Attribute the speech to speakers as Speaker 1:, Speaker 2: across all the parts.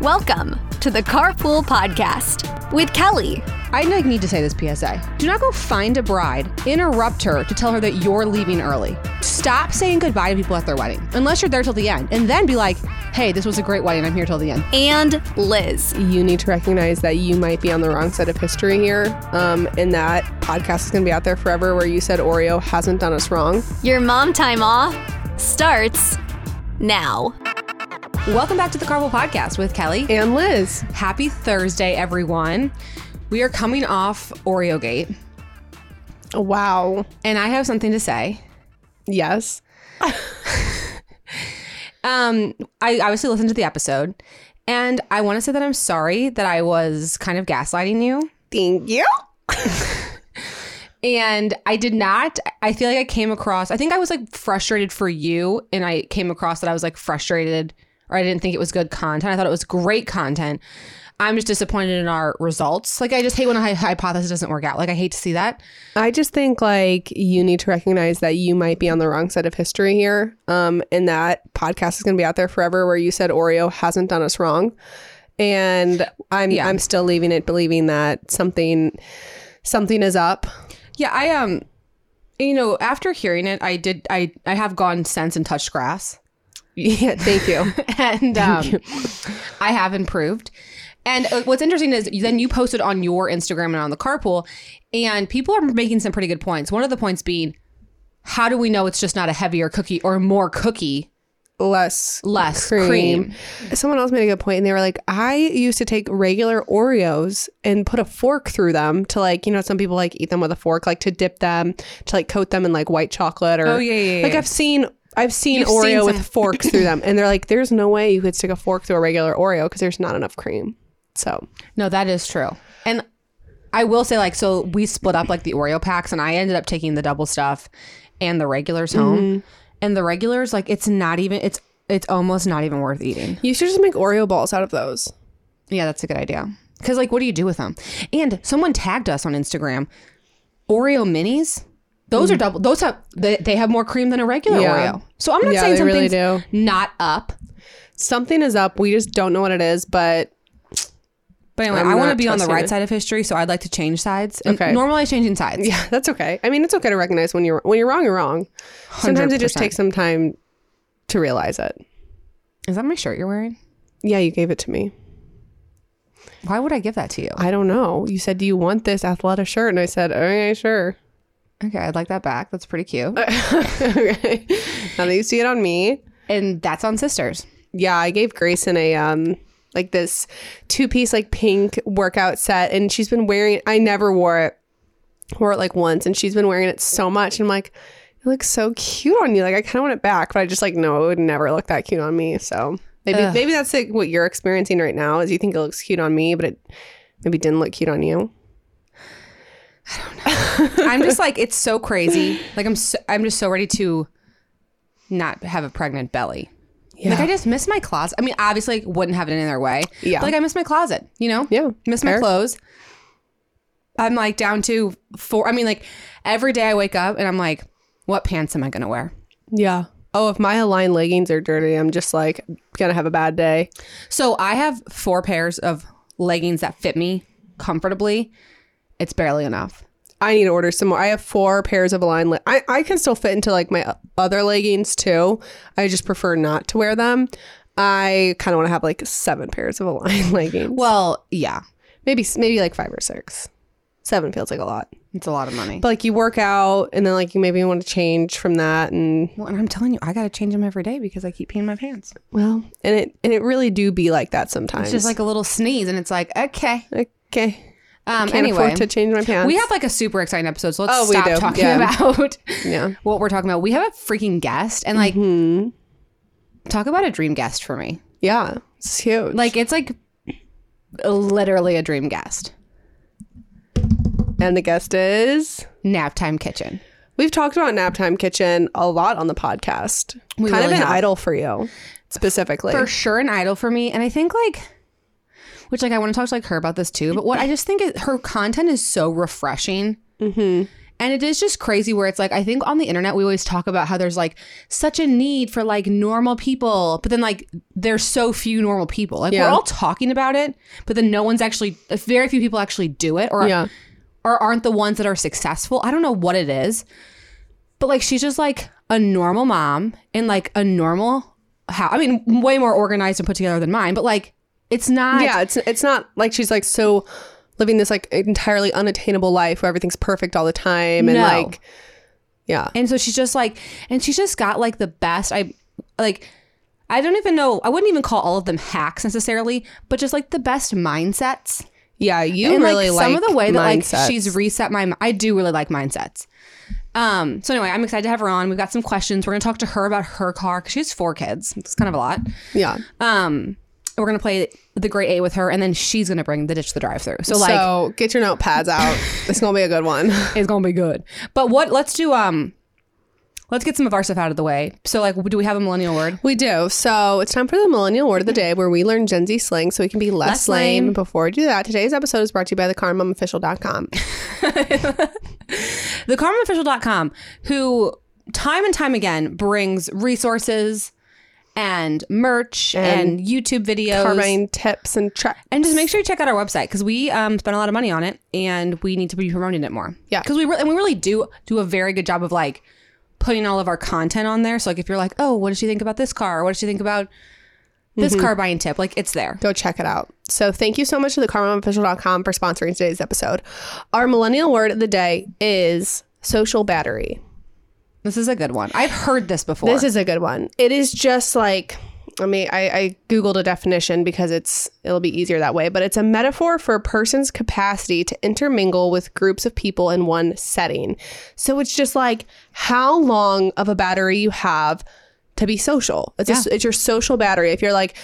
Speaker 1: Welcome to the Carpool Podcast with Kelly.
Speaker 2: I like, need to say this PSA. Do not go find a bride, interrupt her to tell her that you're leaving early. Stop saying goodbye to people at their wedding, unless you're there till the end, and then be like, hey, this was a great wedding. I'm here till the end.
Speaker 1: And Liz.
Speaker 3: you need to recognize that you might be on the wrong side of history here, um, and that podcast is going to be out there forever where you said Oreo hasn't done us wrong.
Speaker 1: Your mom time off starts now.
Speaker 2: Welcome back to the Carpool Podcast with Kelly.
Speaker 3: And Liz,
Speaker 2: Happy Thursday, everyone. We are coming off Oreo Gate,
Speaker 3: wow,
Speaker 2: and I have something to say.
Speaker 3: yes,
Speaker 2: Um, I obviously listened to the episode, and I want to say that I'm sorry that I was kind of gaslighting you.
Speaker 3: thank you.
Speaker 2: And I did not, I feel like I came across, I think I was like frustrated for you. And I came across that I was like frustrated or I didn't think it was good content. I thought it was great content. I'm just disappointed in our results. Like, I just hate when a hy- hypothesis doesn't work out. Like, I hate to see that.
Speaker 3: I just think like you need to recognize that you might be on the wrong side of history here, um, and that podcast is going to be out there forever where you said Oreo hasn't done us wrong, and I'm
Speaker 2: Yeah.
Speaker 3: I'm still leaving it believing that something something is up.
Speaker 2: Yeah, I, um, you know, after hearing it, I did, I, I have gone since and touched grass.
Speaker 3: Yeah, thank you.
Speaker 2: and um, I have improved. And uh, what's interesting is then you posted on your Instagram and on the carpool, and people are making some pretty good points. One of the points being, how do we know it's just not a heavier cookie or more cookie,
Speaker 3: Less
Speaker 2: less cream?
Speaker 3: cream. Someone else made a good point, and they were like, "I used to take regular Oreos and put a fork through them to like, you know, some people like eat them with a fork, like to dip them, to like coat them in like white chocolate or
Speaker 2: Oh, yeah, yeah,
Speaker 3: like
Speaker 2: yeah.
Speaker 3: I've seen." I've seen
Speaker 2: You've
Speaker 3: Oreo
Speaker 2: seen some-
Speaker 3: with forks through them, and they're like, "There's no way you could stick a fork through a regular Oreo because there's not enough cream." So
Speaker 2: No, that is true. And I will say, like, so we split up like the Oreo packs, and I ended up taking the double stuff and the regulars home. And the regulars, like, it's not even it's it's almost not even worth eating.
Speaker 3: you should just make Oreo balls out of those.
Speaker 2: Yeah, that's a good idea. Because, like, what do you do with them? And someone tagged us on Instagram Oreo minis. Those are double, those have, they, they have more cream than a regular
Speaker 3: Mm. Yeah.
Speaker 2: Oreo. So I'm not
Speaker 3: Yeah,
Speaker 2: saying
Speaker 3: they really
Speaker 2: something's not up.
Speaker 3: Something is up. We just don't know what it is, but
Speaker 2: But anyway,
Speaker 3: I'm
Speaker 2: I want to
Speaker 3: not
Speaker 2: be on the
Speaker 3: trusting
Speaker 2: right
Speaker 3: it.
Speaker 2: side of history. So I'd like to change sides. And
Speaker 3: Okay.
Speaker 2: Normally, I'm changing sides.
Speaker 3: yeah, that's okay. I mean, it's okay to recognize when you're when you're wrong. You're wrong. Sometimes it just
Speaker 2: 100%.
Speaker 3: takes some time to realize it.
Speaker 2: Is that my shirt you're wearing?
Speaker 3: Yeah, you gave it to me.
Speaker 2: Why would I give that to you?
Speaker 3: I don't know. You said, "Do you want this athletic shirt?" And I said, "Okay, sure."
Speaker 2: Okay, I'd like that back. That's pretty cute.
Speaker 3: okay. Now that you see it on me,
Speaker 2: and that's on Sisters.
Speaker 3: yeah, I gave Grayson a um like this two piece like pink workout set, and she's been wearing. I never wore it. Wore it like once, and she's been wearing it so much. And I'm like, it looks so cute on you. Like I kind of want it back, but I just like no, it would never look that cute on me. So maybe
Speaker 2: Ugh.
Speaker 3: maybe that's like what you're experiencing right now is you think it looks cute on me, but it maybe didn't look cute on you.
Speaker 2: I'm just like, it's so crazy. Like, I'm, so, I'm just so ready to not have a pregnant belly.
Speaker 3: Yeah.
Speaker 2: Like I just miss my closet. I mean, obviously, like, wouldn't have it any other way.
Speaker 3: Yeah.
Speaker 2: But, like I miss my closet. You know.
Speaker 3: Yeah,
Speaker 2: Miss my
Speaker 3: fair.
Speaker 2: clothes. I'm like down to four. I mean, like every day I wake up and I'm like, what pants am I gonna wear?
Speaker 3: Yeah. Oh, if my aligned leggings are dirty, I'm just like gonna have a bad day.
Speaker 2: So I have four pairs of leggings that fit me comfortably. It's barely enough.
Speaker 3: I need to order some more. I have four pairs of aligned. Le- I I can still fit into like my other leggings too. I just prefer not to wear them. I kind of want to have like seven pairs of aligned leggings.
Speaker 2: Well, yeah,
Speaker 3: Maybe maybe like five or six. Seven feels like a lot.
Speaker 2: it's a lot of money.
Speaker 3: But like you work out and then like you maybe want to change from that and
Speaker 2: well, and I'm telling you, I gotta change them every day because I keep peeing my pants.
Speaker 3: well and it and it really do be like that sometimes.
Speaker 2: It's just like a little sneeze, and it's like, okay.
Speaker 3: okay,
Speaker 2: Um,
Speaker 3: can't
Speaker 2: anyway,
Speaker 3: afford to change my pants.
Speaker 2: We have like a super exciting episode, so let's
Speaker 3: Oh, we
Speaker 2: stop
Speaker 3: do.
Speaker 2: talking
Speaker 3: Yeah.
Speaker 2: about
Speaker 3: Yeah. Mm-hmm.
Speaker 2: what we're talking about. We have a freaking guest, and like, talk about a dream guest for me.
Speaker 3: yeah, it's huge.
Speaker 2: Like, it's like literally a dream guest.
Speaker 3: and the guest is.
Speaker 2: Naptime Kitchen.
Speaker 3: We've talked about Naptime Kitchen a lot on the podcast.
Speaker 2: We
Speaker 3: kind of
Speaker 2: really
Speaker 3: an
Speaker 2: have.
Speaker 3: idol for you, specifically.
Speaker 2: For sure, an idol for me, and I think like. Which
Speaker 3: Mm-hmm.
Speaker 2: like I want to talk to like her about this too, but what I just think is her content is so refreshing, And it is just crazy where it's like, I think on the internet, we always talk about how there's like such a need for like normal people, but then like there's so few normal people. Like
Speaker 3: Yeah.
Speaker 2: we're all talking about it, but then no one's actually, very few people actually do it or,
Speaker 3: Yeah.
Speaker 2: or aren't the ones that are successful. I don't know what it is, but like she's just like a normal mom and like a normal how I mean, way more organized and put together than mine, but like it's not.
Speaker 3: yeah, it's it's not like she's like so living this like entirely unattainable life where everything's perfect all the time and
Speaker 2: No.
Speaker 3: like yeah.
Speaker 2: And so she's just like, and she's just got like the best. I like, I don't even know. I wouldn't even call all of them hacks necessarily, but just like the best mindsets.
Speaker 3: Yeah, you
Speaker 2: and
Speaker 3: really like,
Speaker 2: some of the way that
Speaker 3: mindsets.
Speaker 2: like she's reset my. mi- I do really like mindsets. Um. So anyway, I'm excited to have her on. We've got some questions. We're gonna talk to her about her car because she has four kids. It's kind of a lot.
Speaker 3: yeah.
Speaker 2: Um. We're gonna play the grade A with her, and then she's gonna bring the ditch the drive through. So like,
Speaker 3: so get your notepads out. it's gonna be a good one.
Speaker 2: it's gonna be good. But what? Let's do um. Let's get some of our stuff out of the way. So like, do we have a millennial word?
Speaker 3: We do. So it's time for the millennial word of the day where we learn Gen Z slang so we can be less,
Speaker 2: Less
Speaker 3: lame.
Speaker 2: lame.
Speaker 3: Before we do that, today's episode is brought to you by the karmamofficial.com.
Speaker 2: thekarmaofficial.com who time and time again brings resources and merch and, YouTube videos
Speaker 3: Carmine tips and tricks.
Speaker 2: and just make sure you check out our website because we um, spend a lot of money on it and we need to be promoting it more.
Speaker 3: Yeah.
Speaker 2: because we re- and we really do do a very good job of like putting all of our content on there. So like if you're like, oh, what did you think about this car? Or what did you think about this car buying tip? Like it's there.
Speaker 3: Go check it out. So thank you so much to the karmamofficial.com for sponsoring today's episode. Our millennial word of the day is social battery.
Speaker 2: This is a good one. I've heard this before.
Speaker 3: This is a good one. It is just like I mean, I, I googled a definition because it's it'll be easier that way, but it's a metaphor for a person's capacity to intermingle with groups of people in one setting. So it's just like how long of a battery you have to be social. It's a, it's your social battery. If you're like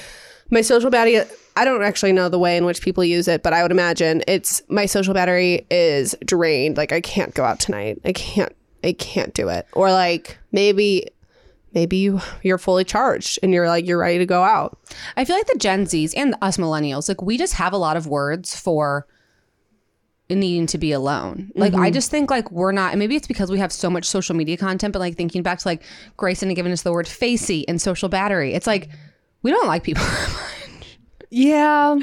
Speaker 3: my social battery, I don't actually know the way in which people use it, but I would imagine it's my social battery is drained. Like I can't go out tonight. I can't. I can't do it. Or like maybe maybe you you're fully charged and you're like you're ready to go out.
Speaker 2: I feel like the Gen Zs and us millennials, like we just have a lot of words for needing to be alone. Like I just think like we're not and maybe it's because we have so much social media content, but like thinking back to like Grayson had given us the word facey and social battery. It's like we don't like people.
Speaker 3: Yeah.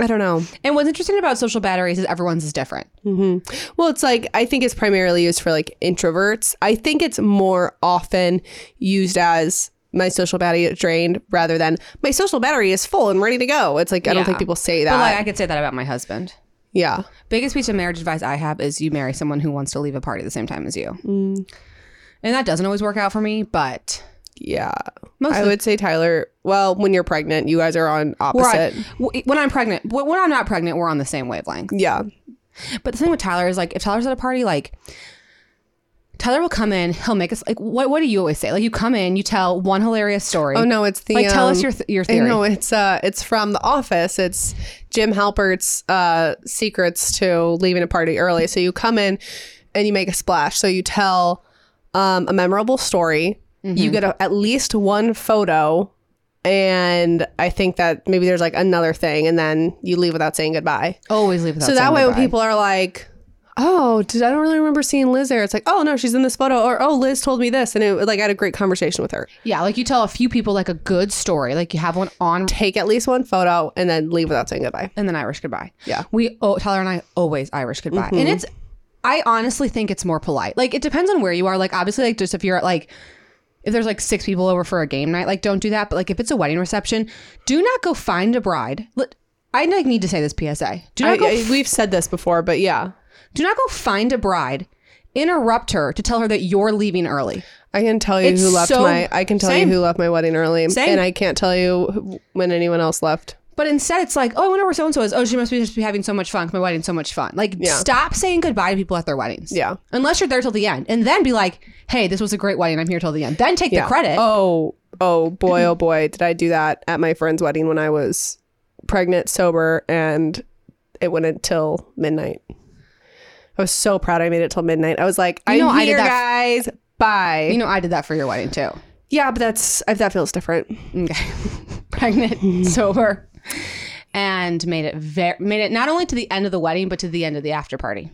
Speaker 3: I don't know.
Speaker 2: and what's interesting about social batteries is everyone's is different.
Speaker 3: Well, it's like I think it's primarily used for like introverts. I think it's more often used as my social battery is drained rather than my social battery is full and ready to go. It's like I don't
Speaker 2: Yeah.
Speaker 3: think people say that.
Speaker 2: But like I could say that about my husband.
Speaker 3: yeah.
Speaker 2: Biggest piece of marriage advice I have is you marry someone who wants to leave a party at the same time as you. And that doesn't always work out for me, but
Speaker 3: Yeah.
Speaker 2: Mostly.
Speaker 3: I would say Tyler, well, when you're pregnant, you guys are on
Speaker 2: We're
Speaker 3: opposite.
Speaker 2: on- w- when I'm pregnant, w- when I'm not pregnant, we're on the same wavelength.
Speaker 3: yeah.
Speaker 2: But the thing with Tyler is like, if Tyler's at a party, like Tyler will come in, he'll make us like, what what do you always say? Like you come in, you tell one hilarious story.
Speaker 3: Oh no, it's the
Speaker 2: like tell us
Speaker 3: um,
Speaker 2: your th- your
Speaker 3: I
Speaker 2: theory.
Speaker 3: know it's uh it's from The Office. It's Jim Halpert's uh secrets to leaving a party early. So you come in and you make a splash. So you tell um a memorable story.
Speaker 2: Mm-hmm.
Speaker 3: You get a, at least one photo and I think that maybe there's like another thing and then you leave without saying goodbye.
Speaker 2: Always leave without.
Speaker 3: so
Speaker 2: saying
Speaker 3: that way when
Speaker 2: goodbye.
Speaker 3: people are like Oh, did I don't really remember seeing Liz there? It's like, oh no, she's in this photo, or oh, Liz told me this, and it like I had a great conversation with her.
Speaker 2: yeah, like you tell a few people like a good story, like you have one on,
Speaker 3: Take at least one photo and then leave without saying goodbye.
Speaker 2: and then Irish goodbye.
Speaker 3: Yeah.
Speaker 2: we oh, Tyler and I always Irish goodbye, and it's. I honestly think it's more polite. Like it depends on where you are. Like obviously, like just if you're at like. If there's like six people over for a game night, like don't do that. But like if it's a wedding reception, do not go find a bride. Let- I like need to say this PSA. Do not
Speaker 3: I,
Speaker 2: go
Speaker 3: I- we've said this before, but yeah,
Speaker 2: Do not go find a bride, interrupt her to tell her that you're leaving early.
Speaker 3: I can tell you
Speaker 2: It's
Speaker 3: who left
Speaker 2: so-
Speaker 3: my. I can tell
Speaker 2: same.
Speaker 3: you who left my wedding early,
Speaker 2: Same.
Speaker 3: and I can't tell you who- when anyone else left.
Speaker 2: But instead, it's like, oh, I wonder where so and so is. Oh, she must be just be having so much fun. 'cause My wedding's so much fun. Like, stop saying goodbye to people at their weddings.
Speaker 3: Yeah.
Speaker 2: Unless you're there till the end, and then be like, hey, this was a great wedding. I'm here till the end. Then take
Speaker 3: Yeah.
Speaker 2: the credit.
Speaker 3: Oh, oh boy, oh boy, did I do that at my friend's wedding when I was pregnant, sober, and it went until midnight. I was so proud I made it till midnight. I was like, I
Speaker 2: know
Speaker 3: know
Speaker 2: I
Speaker 3: I'm
Speaker 2: did
Speaker 3: here,
Speaker 2: that
Speaker 3: guys. Bye.
Speaker 2: You know, I did that for your wedding too.
Speaker 3: yeah, but that's I, that feels different.
Speaker 2: Okay. Pregnant, sober, and made it very made it not only to the end of the wedding, but to the end of the after party.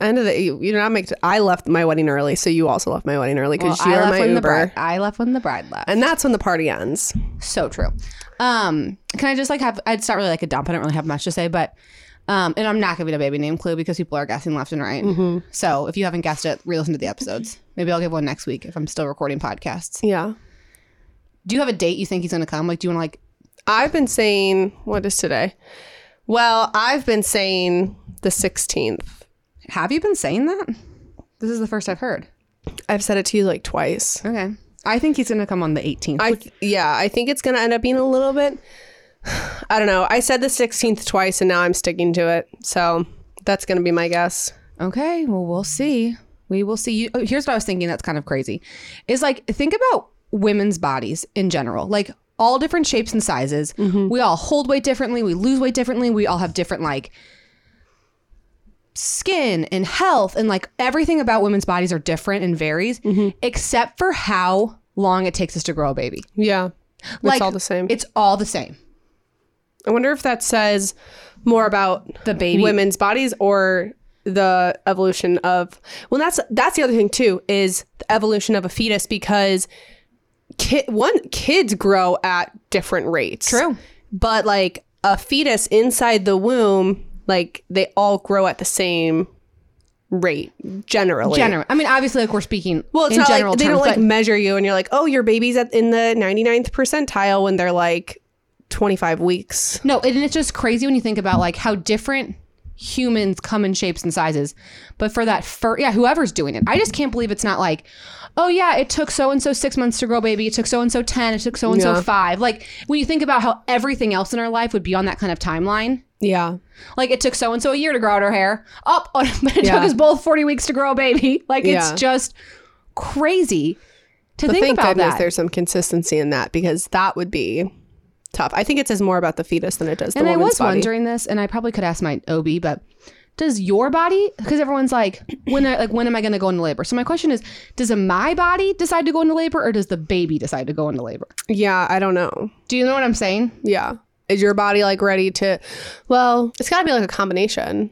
Speaker 3: end of the you, you're not make. I left my wedding early, so you also left my wedding early because
Speaker 2: Well, I
Speaker 3: you're
Speaker 2: left
Speaker 3: my
Speaker 2: when the
Speaker 3: Uber,
Speaker 2: bride. I left when the bride left.
Speaker 3: and that's when the party ends.
Speaker 2: So true. Um, can I just like have? It's not really like a dump. I don't really have much to say, but um, and I'm not giving a baby name clue because people are guessing left and right. So if you haven't guessed it, re-listen to the episodes. Maybe I'll give one next week if I'm still recording podcasts.
Speaker 3: Yeah,
Speaker 2: Do you have a date you think he's gonna come? Like, do you want to like?
Speaker 3: I've been saying what is today? Well, I've been saying the 16th.
Speaker 2: Have you been saying that? This is the first I've heard.
Speaker 3: I've said it to you like twice.
Speaker 2: Okay. I think he's gonna come on the 18th.
Speaker 3: I yeah, I think it's gonna end up being a little bit. I don't know. I said the 16th twice, and now I'm sticking to it. So that's gonna be my guess.
Speaker 2: Okay, well, we'll see. We will see. You, oh, here's what I was thinking that's kind of crazy is like, think about women's bodies in general, like all different shapes and sizes.
Speaker 3: Mm-hmm.
Speaker 2: We all hold weight differently, we lose weight differently, we all have different, like, skin and health, and like everything about women's bodies are different and varies,
Speaker 3: Mm-hmm.
Speaker 2: except for how long it takes us to grow a baby.
Speaker 3: Yeah,
Speaker 2: Like,
Speaker 3: it's all the same.
Speaker 2: It's all the same.
Speaker 3: I wonder if that says more about
Speaker 2: The baby.
Speaker 3: women's bodies or the evolution of well that's that's the other thing too is the evolution of a fetus because ki- one kids grow at different rates
Speaker 2: True.
Speaker 3: but like a fetus inside the womb like they all grow at the same rate generally
Speaker 2: General. I mean, obviously, like, we're speaking
Speaker 3: well, it's
Speaker 2: in
Speaker 3: not
Speaker 2: general
Speaker 3: like they
Speaker 2: terms,
Speaker 3: don't like
Speaker 2: but-
Speaker 3: measure you, and you're like, oh, your baby's at in the 99th percentile when they're like 25 weeks.
Speaker 2: No, and it's just crazy when you think about like how different humans come in shapes and sizes. But for that fur, yeah, whoever's doing it, I just can't believe it's not like, oh yeah, it took so and so six months to grow baby, it took so and so ten, it took so and so
Speaker 3: Yeah.
Speaker 2: five. Like when you think about how everything else in our life would be on that kind of timeline.
Speaker 3: Yeah,
Speaker 2: Like it took so and so a year to grow out her hair. Up, oh, but it
Speaker 3: Yeah.
Speaker 2: took us both forty weeks to grow a baby. Like
Speaker 3: Yeah.
Speaker 2: it's just crazy to think
Speaker 3: thank
Speaker 2: about
Speaker 3: goodness
Speaker 2: that.
Speaker 3: there's some consistency in that because that would be tough. I think it says more about the fetus than it does the
Speaker 2: And I
Speaker 3: woman's
Speaker 2: was
Speaker 3: body.
Speaker 2: wondering this, and I probably could ask my OB, but does your body? Because everyone's like, when I like, when am I going to go into labor? So my question is, does my body decide to go into labor, or does the baby decide to go into labor?
Speaker 3: yeah, I don't know.
Speaker 2: Do you know what I'm saying?
Speaker 3: Yeah, is your body like ready to? Well, it's got to be like a combination.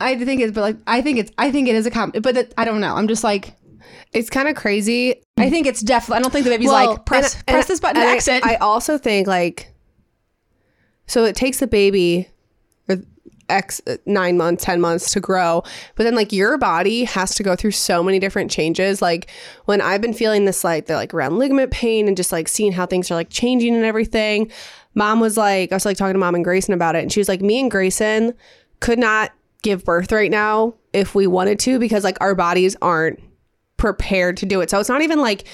Speaker 2: I think it's, but like, I think it's, I think it is a comp, but that, I don't know. I'm just like,
Speaker 3: It's kind of crazy.
Speaker 2: I think it's definitely. I don't think the baby's
Speaker 3: Well,
Speaker 2: like press
Speaker 3: and-
Speaker 2: press
Speaker 3: and-
Speaker 2: this button to
Speaker 3: and I-
Speaker 2: exit.
Speaker 3: I also think like, so it takes the baby, or X uh, nine months, ten months to grow, but then like your body has to go through so many different changes. Like when I've been feeling this like the like around ligament pain and just like seeing how things are like changing and everything. Mom was like, I was like talking to mom and Grayson about it, and she was like, me and Grayson could not give birth right now if we wanted to because like our bodies aren't prepared to do it. So it's not even like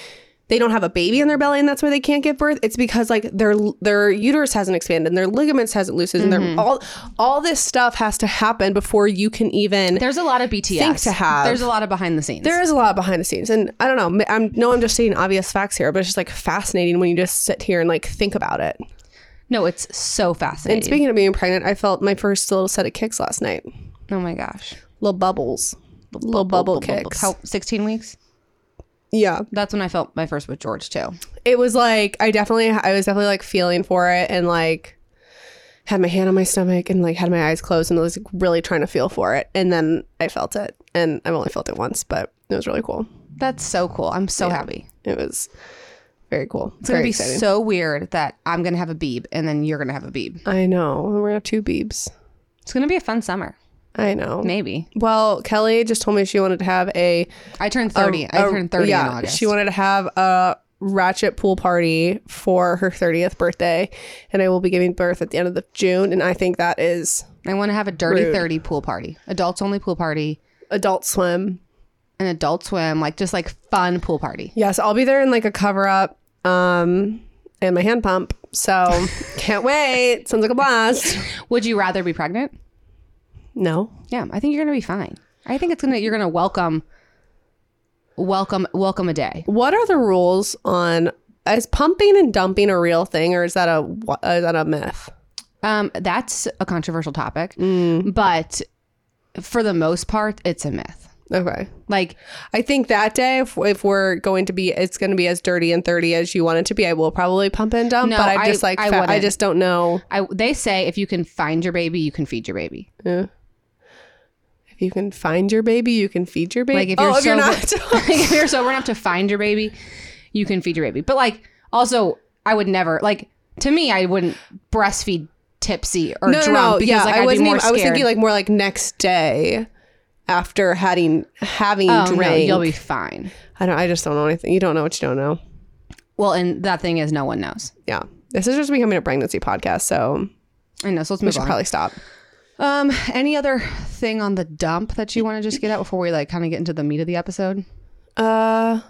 Speaker 3: they don't have a baby in their belly and that's why they can't give birth. It's because like their their uterus hasn't expanded and their ligaments hasn't loosened and their all all this stuff has to happen before you can even
Speaker 2: There's a lot of BTS.
Speaker 3: think to have-
Speaker 2: There's a lot of behind the scenes.
Speaker 3: there is a lot behind the scenes and I don't know. I'm no I'm just stating obvious facts here, but it's just like fascinating when you just sit here and like think about it.
Speaker 2: no, it's so fascinating.
Speaker 3: And speaking of being pregnant, I felt my first little set of kicks last night.
Speaker 2: oh my gosh,
Speaker 3: Little bubbles. Little bubble kicks.
Speaker 2: How, 16 weeks.
Speaker 3: Yeah.
Speaker 2: That's when I felt my first with George too.
Speaker 3: it was like I definitely I was definitely like feeling for it and like had my hand on my stomach and like had my eyes closed and was like, really trying to feel for it and then I felt it and I've only felt it once but it was really cool.
Speaker 2: That's so cool. I'm so happy.
Speaker 3: It was very cool.
Speaker 2: It's gonna
Speaker 3: very
Speaker 2: be
Speaker 3: exciting.
Speaker 2: so weird that I'm gonna have a beeb and then you're gonna have a beeb.
Speaker 3: I know. We're gonna have two beebs.
Speaker 2: It's gonna be a fun summer.
Speaker 3: I know.
Speaker 2: Maybe.
Speaker 3: Well, Kelly just told me she wanted to have a
Speaker 2: I turned 30. I
Speaker 3: a-
Speaker 2: turned 30
Speaker 3: yeah,
Speaker 2: in August.
Speaker 3: She wanted to have a ratchet pool party for her 30th birthday and I will be giving birth at the end of the June and I think that is
Speaker 2: I wanna have a dirty
Speaker 3: Rude.
Speaker 2: 30 pool party. Adults only pool party.
Speaker 3: adult swim
Speaker 2: An adult swim, like just like fun pool party.
Speaker 3: Yes, I'll be there in like a cover up um and my hand pump. So can't wait. Sounds like a blast.
Speaker 2: Would you rather be pregnant?
Speaker 3: No.
Speaker 2: Yeah, I think you're gonna be fine. I think it's gonna you're gonna welcome welcome welcome a day.
Speaker 3: What are the rules on is pumping and dumping a real thing or is that a wha- is that a myth?
Speaker 2: Um, that's a controversial topic. Mm. But for the most part, it's a myth.
Speaker 3: Okay.
Speaker 2: Like
Speaker 3: I think that day if, if we're going to be it's going to be as dirty and dirty as you want it to be. I will probably pump and dump,
Speaker 2: No,
Speaker 3: but I'm
Speaker 2: I-
Speaker 3: just like
Speaker 2: I
Speaker 3: fa- I
Speaker 2: wouldn't.
Speaker 3: just don't know.
Speaker 2: I, they say if you can find your baby, you can feed your baby.
Speaker 3: Yeah. I if you can find your baby, you can feed your baby.
Speaker 2: Like if you're,
Speaker 3: oh, if you're
Speaker 2: sober,
Speaker 3: not.
Speaker 2: like if you're sober enough to find your baby, you can feed your baby. But like also, I would never like to me, I wouldn't breastfeed tipsy or
Speaker 3: no,
Speaker 2: drunk
Speaker 3: no, no.
Speaker 2: because
Speaker 3: yeah,
Speaker 2: like I'd
Speaker 3: I wasn't.
Speaker 2: be more
Speaker 3: even, I was thinking
Speaker 2: scared.
Speaker 3: like more like next day after having having
Speaker 2: Oh,
Speaker 3: drank.
Speaker 2: no, you'll be fine.
Speaker 3: I don't. I just don't know anything. You don't know what you don't know.
Speaker 2: Well, and that thing is, no one knows.
Speaker 3: Yeah, this is just becoming a pregnancy podcast, so
Speaker 2: I know. So let's
Speaker 3: we
Speaker 2: move
Speaker 3: should
Speaker 2: on.
Speaker 3: probably stop.
Speaker 2: um, any other thing on the dump that you want to just get out before we like kind of get into the meat of the episode?
Speaker 3: Uh,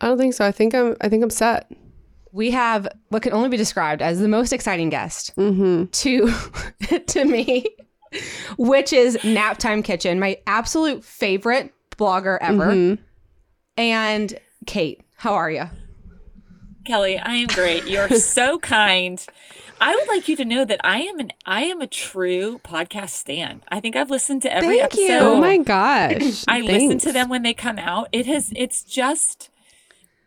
Speaker 3: I don't think so. I think I'm. I think I'm set.
Speaker 2: we have what can only be described as the most exciting guest
Speaker 3: Mm-hmm.
Speaker 2: to to me, which is Naptime Kitchen, my absolute favorite blogger ever.
Speaker 3: Mm-hmm.
Speaker 2: And Kate, how are you?
Speaker 4: Kelly, I am great. You're so kind. I would like you to know that I am an I am a true podcast stan. I think I've listened to every
Speaker 2: Thank you.
Speaker 4: episode.
Speaker 3: Oh my gosh!
Speaker 4: I listen
Speaker 3: Thanks.
Speaker 4: to them when they come out. It has it's just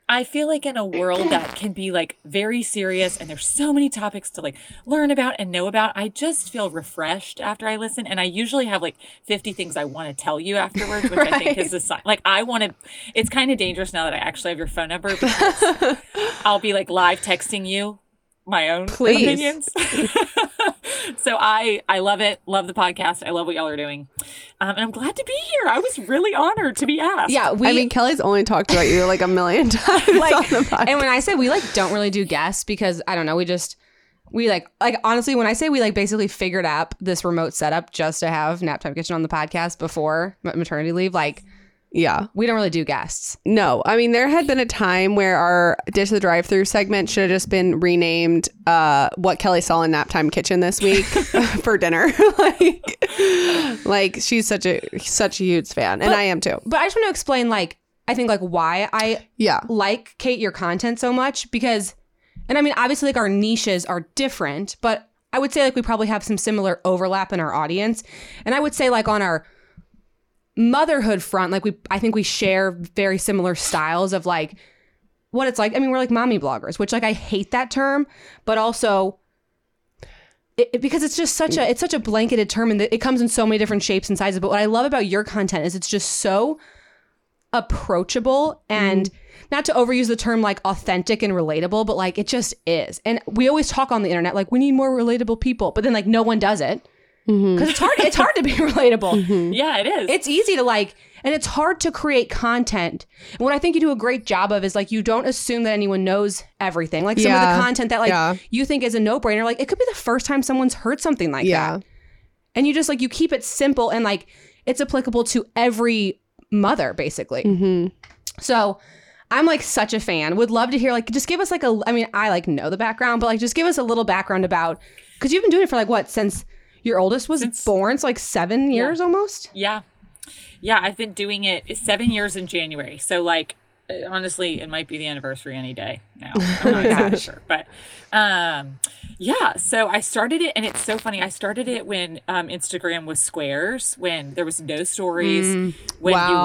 Speaker 4: I feel like in a world that can be like very serious and there's so many topics to like learn about and know about, I just feel refreshed after I listen and I usually have like 50 things I want to tell you afterwards, which I think is a sign. Like I want to it's kind of dangerous now that I actually have your phone number because I'll be like live texting you my own
Speaker 3: Please.
Speaker 4: opinions. so I I love it. Love the podcast. I love what y'all are doing. Um, and I'm glad to be here. I was really honored to be asked.
Speaker 2: Yeah, we
Speaker 3: I mean, Kelly's only talked about you like a million times on the podcast.
Speaker 2: and when I say we like don't really do guests because I don't know, we just we like like honestly when I say we like basically figured out this remote setup just to have Naptime Kitchen on the podcast before ma- maternity leave, like
Speaker 3: yeah.
Speaker 2: we don't really do guests.
Speaker 3: No, I mean there had been a time where our dish the drive through segment should have just been renamed uh, "What Kelly Saw in Naptime Kitchen this week for dinner." like, like she's such a such a huge fan, and I am too.
Speaker 2: But I just want to explain like I think like why I
Speaker 3: Yeah,
Speaker 2: like Kate your content so much because and I mean obviously like our niches are different, but I would say like we probably have some similar overlap in our audience. And I would say like on our motherhood front, like we I think we share very similar styles of like what it's like. I mean, we're like mommy bloggers, which like I hate that term, but also it, it- because it's just such a it's such a blanketed term and that it comes in so many different shapes and sizes. But what I love about your content is it's just so approachable and
Speaker 3: Mm-hmm.
Speaker 2: not to overuse the term like authentic and relatable, but like it just is. And we always talk on the internet like we need more relatable people, but then like no one does it
Speaker 3: Mm-hmm.
Speaker 2: because it's hard. It's hard to be relatable
Speaker 4: Yeah, it is.
Speaker 2: it's easy to like and it's hard to create content and what i think you do a great job of is like you don't assume that anyone knows everything like some of
Speaker 3: Yeah.
Speaker 2: the content that like
Speaker 3: Yeah.
Speaker 2: you think is a no-brainer like it could be the first time someone's heard something like
Speaker 3: yeah,
Speaker 2: that and you just like you keep it simple and like it's applicable to every mother basically
Speaker 3: Mm-hmm.
Speaker 2: so i'm like such a fan would love to hear like just give us like a i mean i like know the background but like just give us a little background about because you've been doing it for like what since your oldest was
Speaker 4: Since-
Speaker 2: born so like seven years almost
Speaker 4: yeah. Yeah, I've been doing it seven years in January. So like uh, honestly, it might be the anniversary any day now. Oh I'm not exactly sure. But um yeah, so I started it and it's so funny. I started it when um Instagram was squares, when there was no stories, when
Speaker 3: Wow.
Speaker 4: you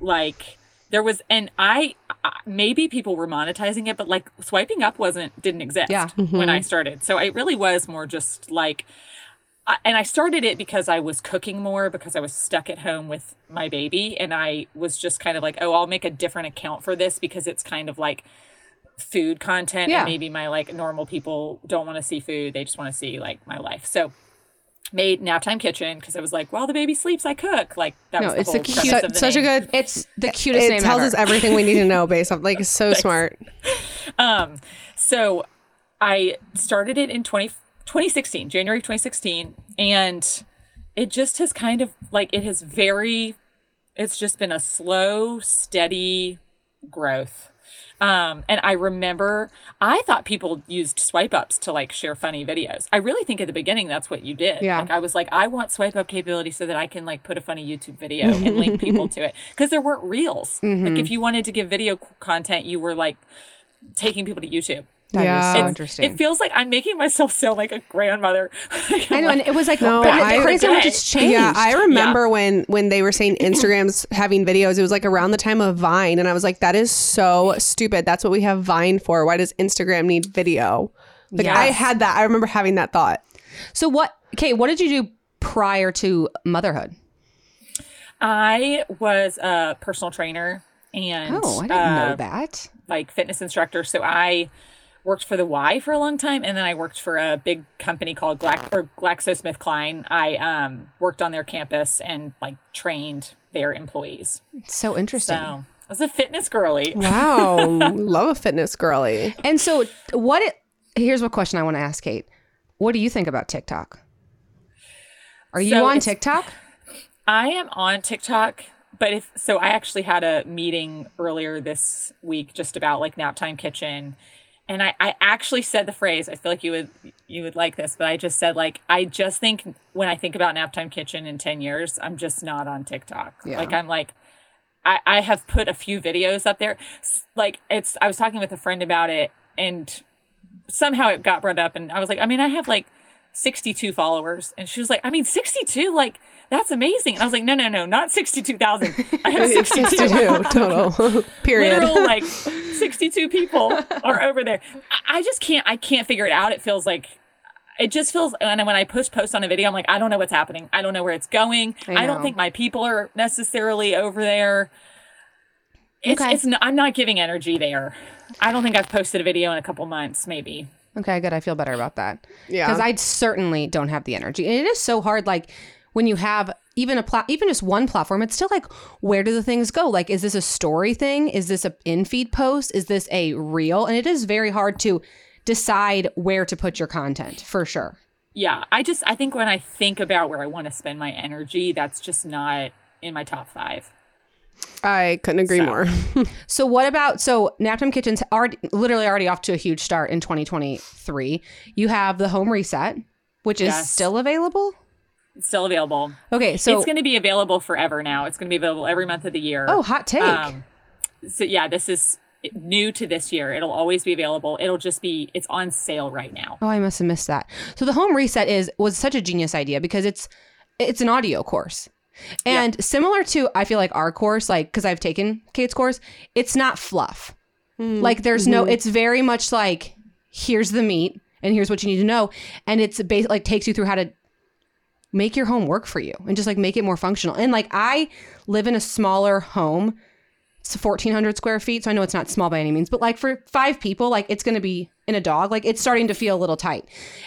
Speaker 4: were like there was and I I- maybe people were monetizing it, but like swiping up wasn't didn't exist
Speaker 2: Yeah.
Speaker 4: when I started. So it really was more just like I- and I started it because I was cooking more because I was stuck at home with my baby. And I was just kind of like, oh, I'll make a different account for this because it's kind of like food content.
Speaker 2: Yeah.
Speaker 4: And maybe my like normal people don't want to see food. They just want to see like my life. So made Naptime Kitchen because I was like, while the baby sleeps, I cook. Like that
Speaker 2: No,
Speaker 4: was the
Speaker 2: it's a
Speaker 4: whole
Speaker 2: cute-
Speaker 4: premise
Speaker 3: Su-
Speaker 4: of the
Speaker 3: such a
Speaker 4: name.
Speaker 3: good.
Speaker 2: It's the cutest
Speaker 3: It
Speaker 2: name
Speaker 3: tells
Speaker 2: ever.
Speaker 3: us everything we need to know based on like it's so smart.
Speaker 4: Um, so I started it in 20, 2016, January 2016, and it just has kind of like it has very, it's just been a slow, steady growth. Um, and I remember I thought people used swipe ups to like share funny videos. I really think at the beginning that's what you did.
Speaker 2: Yeah.
Speaker 4: Like I was like, I want swipe up capability so that I can like put a funny YouTube video and link people to it because there weren't reels. Like if you wanted to give video c- content, you were like taking people to YouTube.
Speaker 2: That is
Speaker 3: Yeah.
Speaker 2: so
Speaker 3: It's-
Speaker 2: interesting.
Speaker 4: It feels like I'm making myself sound like a grandmother.
Speaker 2: I know, and it was like
Speaker 3: No,
Speaker 2: back-
Speaker 3: I-
Speaker 2: crazy how much it's changed.
Speaker 3: Yeah, I remember when when they were saying Instagram's having videos. It was like around the time of Vine, and I was like, "That is so stupid. That's what we have Vine for. Why does Instagram need video?" Like I
Speaker 4: Yes.
Speaker 3: had that. I remember having that thought.
Speaker 2: so what, Kate? What did you do prior to motherhood?
Speaker 4: I was a personal trainer and
Speaker 2: Oh, I didn't know
Speaker 4: uh,
Speaker 2: that.
Speaker 4: like fitness instructor. So I worked for the Y for a long time, and then I worked for a big company called Glax or GlaxoSmithKline. I um, worked on their campus and like trained their employees.
Speaker 2: It's so interesting.
Speaker 4: So I was a fitness girly.
Speaker 3: Wow, love a fitness girly.
Speaker 2: And so, what? It, here's what question I want to ask Kate. What do you think about TikTok? Are you
Speaker 4: So
Speaker 2: on
Speaker 4: it's-
Speaker 2: TikTok?
Speaker 4: I am on TikTok, but if so, I actually had a meeting earlier this week just about like nap time kitchen. And I, I actually said the phrase, I feel like you would you would like this, but I just said like I just think when I think about Naptime Kitchen in 10 years, I'm just not on TikTok. Like I'm like I, I have put a few videos up there. S- Like it's I was talking with a friend about it and somehow it got brought up and I was like, I mean, I have like 62 followers. And she was like, I mean, 62, like that's amazing. And I was like, no, no, no, not 62,000. I have 62
Speaker 3: To do total period.
Speaker 4: literal like 62 people are over there I, I just can't i can't figure it out it feels like it just feels and then when i push post on a video i'm like i don't know what's happening i don't know where it's going
Speaker 2: I
Speaker 4: i, don't
Speaker 2: know.
Speaker 4: think my people are necessarily over there it's,
Speaker 2: Okay.
Speaker 4: it's n i'm not giving energy there i don't think i've posted a video in a couple months maybe
Speaker 2: Okay, good. I feel better about that.
Speaker 3: Yeah.
Speaker 2: Because I certainly don't have the energy. And it is so hard, like, when you have even a plat, even just one platform, it's still like, where do the things go? Like, is this a story thing? Is this a in feed post? Is this a reel? And it is very hard to decide where to put your content for sure.
Speaker 4: yeah i just i think when i think about where i want to spend my energy that's just not in my top five
Speaker 3: I couldn't agree more.
Speaker 2: So what about so Naptime Kitchen's already literally already off to a huge start in 2023. You have the home reset, which is
Speaker 4: Yes.
Speaker 2: still available.
Speaker 4: it's still available
Speaker 2: Okay, so
Speaker 4: it's going to be available forever now. It's going to be available every month of the year.
Speaker 2: oh, hot take.
Speaker 4: Um, so yeah, this is new to this year. It'll always be available. It'll just be it's on sale right now.
Speaker 2: Oh, I must have missed that. So the home reset is was such a genius idea because it's it's an audio course. And similar to I feel like our course, like cuz I've taken Kate's course, it's not fluff.
Speaker 4: Hmm.
Speaker 2: Like there's no it's very much like here's the meat and here's what you need to know and it's bas- like takes you through how to make your home work for you and just like make it more functional. And like I live in a smaller home. It's 1400 square feet, so I know it's not small by any means, but like for five people, like it's going to be in a dog, like it's starting to feel a little tight.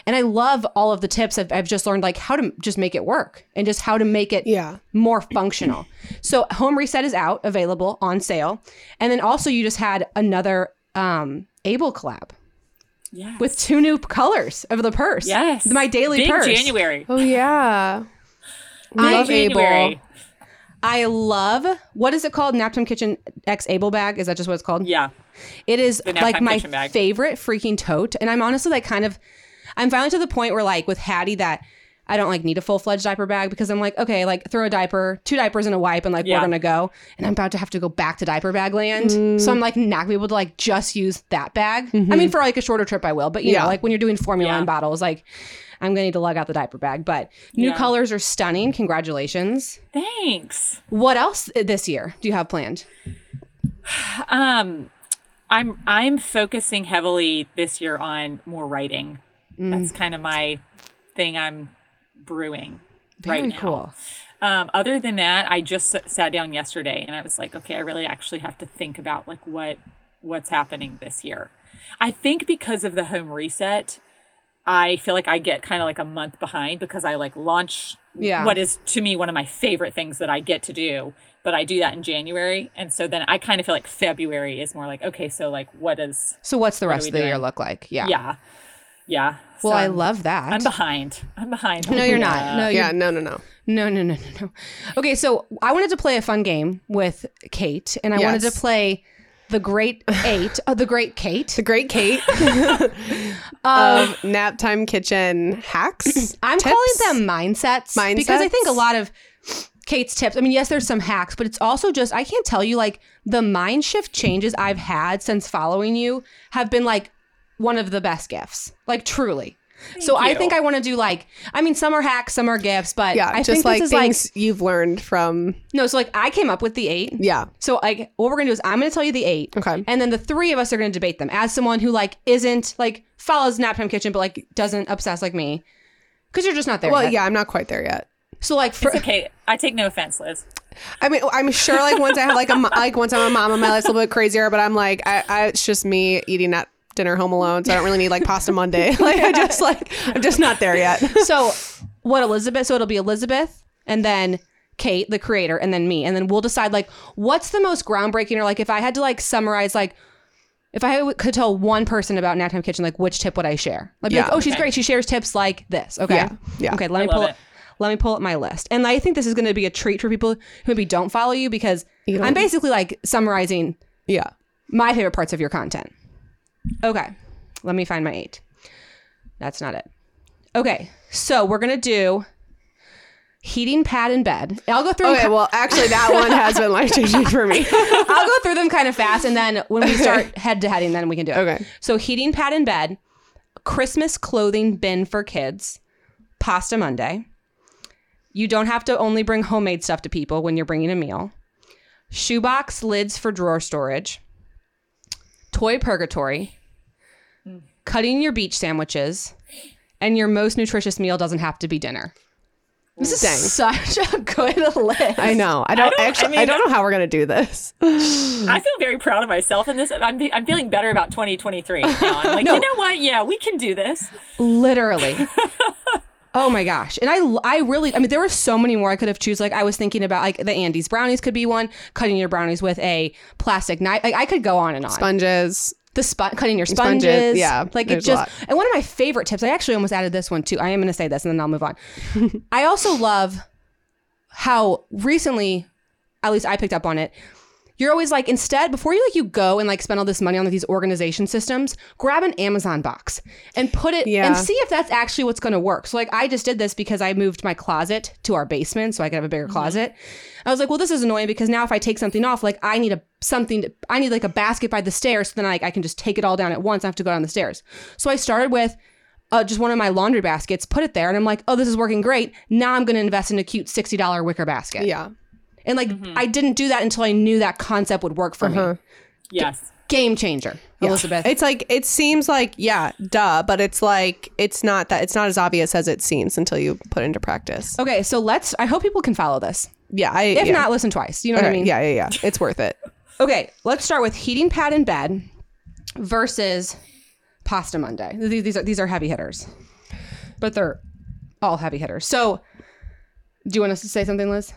Speaker 2: And I love all of the tips I've, I've just learned, like how to just make it work and just how to make it
Speaker 3: Yeah.
Speaker 2: more functional. so Home Reset is out, available on sale. And then also, you just had another um, Able collab
Speaker 4: Yes.
Speaker 2: with two new colors of the purse.
Speaker 4: yes,
Speaker 2: My daily
Speaker 4: Big
Speaker 2: purse.
Speaker 4: January.
Speaker 3: Oh yeah. Love
Speaker 4: Big
Speaker 3: Abel.
Speaker 4: January.
Speaker 2: I love what is it called? Naptime Kitchen X Able bag. Is that just what it's called?
Speaker 4: Yeah.
Speaker 2: It is
Speaker 4: The Naptime
Speaker 2: like my
Speaker 4: Kitchen bag.
Speaker 2: favorite freaking tote. And I'm honestly like kind of I'm finally to the point where like with Hattie that I don't like need a full fledged diaper bag because I'm like, okay, like throw a diaper, two diapers and a wipe and like
Speaker 4: Yeah.
Speaker 2: we're gonna go. And I'm about to have to go back to diaper bag land. So I'm like not gonna be able to like just use that bag. I mean for like a shorter trip I will, but you
Speaker 3: Yeah.
Speaker 2: know, like when you're doing formula
Speaker 4: Mm-hmm. Yeah.
Speaker 2: and bottles, like I'm gonna need to lug out the diaper bag. But new
Speaker 4: Yeah.
Speaker 2: colors are stunning. Congratulations.
Speaker 4: Thanks.
Speaker 2: What else this year do you have planned?
Speaker 4: Um, I'm I'm focusing heavily this year on more writing.
Speaker 2: Mm.
Speaker 4: That's kind of my thing. I'm brewing right
Speaker 2: Very
Speaker 4: now.
Speaker 2: cool.
Speaker 4: Um, other than that, I just s- sat down yesterday and I was like, okay, I really actually have to think about like what what's happening this year. I think because of the home reset, I feel like I get kind of like a month behind because I like launch
Speaker 2: Yeah.
Speaker 4: what is to me one of my favorite things that I get to do, but I do that in January, and so then I kind of feel like February is more like okay, so like what is
Speaker 2: So what's the rest
Speaker 4: we
Speaker 2: of the year
Speaker 4: doing?
Speaker 2: look like? Yeah.
Speaker 4: yeah, yeah.
Speaker 2: Well,
Speaker 4: So
Speaker 2: I
Speaker 4: I'm-
Speaker 2: love that.
Speaker 4: I'm behind. I'm behind.
Speaker 2: no, you're not. No,
Speaker 3: Yeah,
Speaker 2: you're,
Speaker 3: no, no, no.
Speaker 2: no, no, no, no, no. Okay, so I wanted to play a fun game with Kate, and I wanted
Speaker 3: Yes.
Speaker 2: to play the Great Eight, uh, the Great Kate.
Speaker 3: The Great Kate of Nap Time Kitchen hacks.
Speaker 2: Uh, I'm calling them mindsets, because I think a
Speaker 3: Mindsets?
Speaker 2: lot of Kate's tips. I mean, yes, there's some hacks, but it's also just I can't tell you like the mind shift changes I've had since following you have been like one of the best gifts, like truly. so I
Speaker 4: you.
Speaker 2: think I want to do like I mean, some are hacks, some are gifts, but
Speaker 3: Yeah,
Speaker 2: I
Speaker 3: just
Speaker 2: think
Speaker 3: like
Speaker 2: this is like
Speaker 3: things you've learned from.
Speaker 2: No, so like I came up with the eight.
Speaker 3: Yeah.
Speaker 2: So like what we're gonna do is I'm gonna tell you the eight.
Speaker 3: Okay.
Speaker 2: And then the three of us are gonna debate them as someone who like isn't like follows Naptime Kitchen but like doesn't obsess like me. Cause you're just not there.
Speaker 3: Well,
Speaker 2: yet.
Speaker 3: yeah, I'm not quite there yet.
Speaker 2: So like for
Speaker 4: It's okay. I take no offense, Liz.
Speaker 3: I mean, I'm sure like once I have like a mo- like once I'm a mom, my life's a little bit crazier. But I'm like, I, I it's just me eating at dinner home alone, so I don't really need like pasta Monday. Like I just like I'm just not there yet.
Speaker 2: so what Elizabeth? So it'll be Elizabeth and then Kate, the creator, and then me, and then we'll decide like what's the most groundbreaking or like if I had to like summarize like. If I had- could tell one person about Naptime Kitchen, like which tip would I share? Like, be like,
Speaker 3: Yeah.
Speaker 2: oh, she's great. She shares tips like this. Okay.
Speaker 3: Yeah. Yeah.
Speaker 2: Okay. Let me
Speaker 4: love
Speaker 2: pull.
Speaker 4: it.
Speaker 2: Let me pull up my list, and I think this is going to be a treat for people who maybe don't follow you because
Speaker 3: You
Speaker 2: I'm
Speaker 3: don't-
Speaker 2: basically like summarizing
Speaker 3: Yeah.
Speaker 2: my favorite parts of your content. Okay, let me find my eight. That's not it. Okay, so we're gonna do heating pad in bed. I'll go through.
Speaker 3: Okay. Well, actually, that one has been life changing for me.
Speaker 2: I'll go through them kind of fast, and then when we start head to heading, then we can do it.
Speaker 3: Okay.
Speaker 2: So heating pad in bed, Christmas clothing bin for kids, pasta Monday. You don't have to only bring homemade stuff to people when you're bringing a meal. Shoebox lids for drawer storage. Toy purgatory. Cutting your beach sandwiches. And your most nutritious meal doesn't have to be dinner. This is such a good list.
Speaker 3: I know. I don't,
Speaker 4: don't- I
Speaker 3: actually. I,
Speaker 4: mean-
Speaker 3: don't know how we're gonna do this.
Speaker 4: I feel very proud of myself in this. and I'm, be- I'm feeling better about 2023. Now. I'm like, you know what? Yeah, we can do this.
Speaker 2: literally oh my gosh and i i really i mean there were so many more i could have choose like i was thinking about like the andes brownies could be one cutting your brownies with a plastic knife like i could go on and on
Speaker 3: Sponges.
Speaker 2: the spot cutting your sponges,
Speaker 3: Sponges, yeah,
Speaker 2: like it
Speaker 3: there's a
Speaker 2: just
Speaker 3: lot.
Speaker 2: and one of my favorite tips i actually almost added this one too i am going to say this and then i'll move on i also love how recently at least i picked up on it you're always like instead before you like you go and like spend all this money on like, these organization systems grab an amazon box and put it
Speaker 3: Yeah.
Speaker 2: and see if that's actually what's going to work so like i just did this because i moved my closet to our basement so i could have a
Speaker 3: Mm-hmm.
Speaker 2: bigger closet i was like well this is annoying because now if i take something off like i need a something to, i need like a basket by the stairs so then like i can just take it all down at once i have to go down the stairs so i started with uh, just one of my laundry baskets put it there and i'm like oh this is working great now i'm going to invest in a cute $60 wicker basket
Speaker 3: Yeah.
Speaker 2: and like
Speaker 4: Mm-hmm.
Speaker 2: I didn't do that until I knew that concept would work for
Speaker 4: Uh-huh.
Speaker 2: me.
Speaker 4: Yes.
Speaker 2: Game changer, Elizabeth.
Speaker 3: It's like it seems like yeah, duh, but it's like it's not that it's not as obvious as it seems until you put it into practice.
Speaker 2: okay, so let's. I hope people can follow this.
Speaker 3: Yeah. I
Speaker 2: If
Speaker 3: yeah.
Speaker 2: not, listen twice. You know
Speaker 3: Okay,
Speaker 2: what I mean?
Speaker 3: yeah, yeah, yeah. It's worth it.
Speaker 2: Okay, let's start with heating pad in bed versus pasta Monday. These, these are these are heavy hitters, but they're all heavy hitters. So, do you want us to say something, Liz?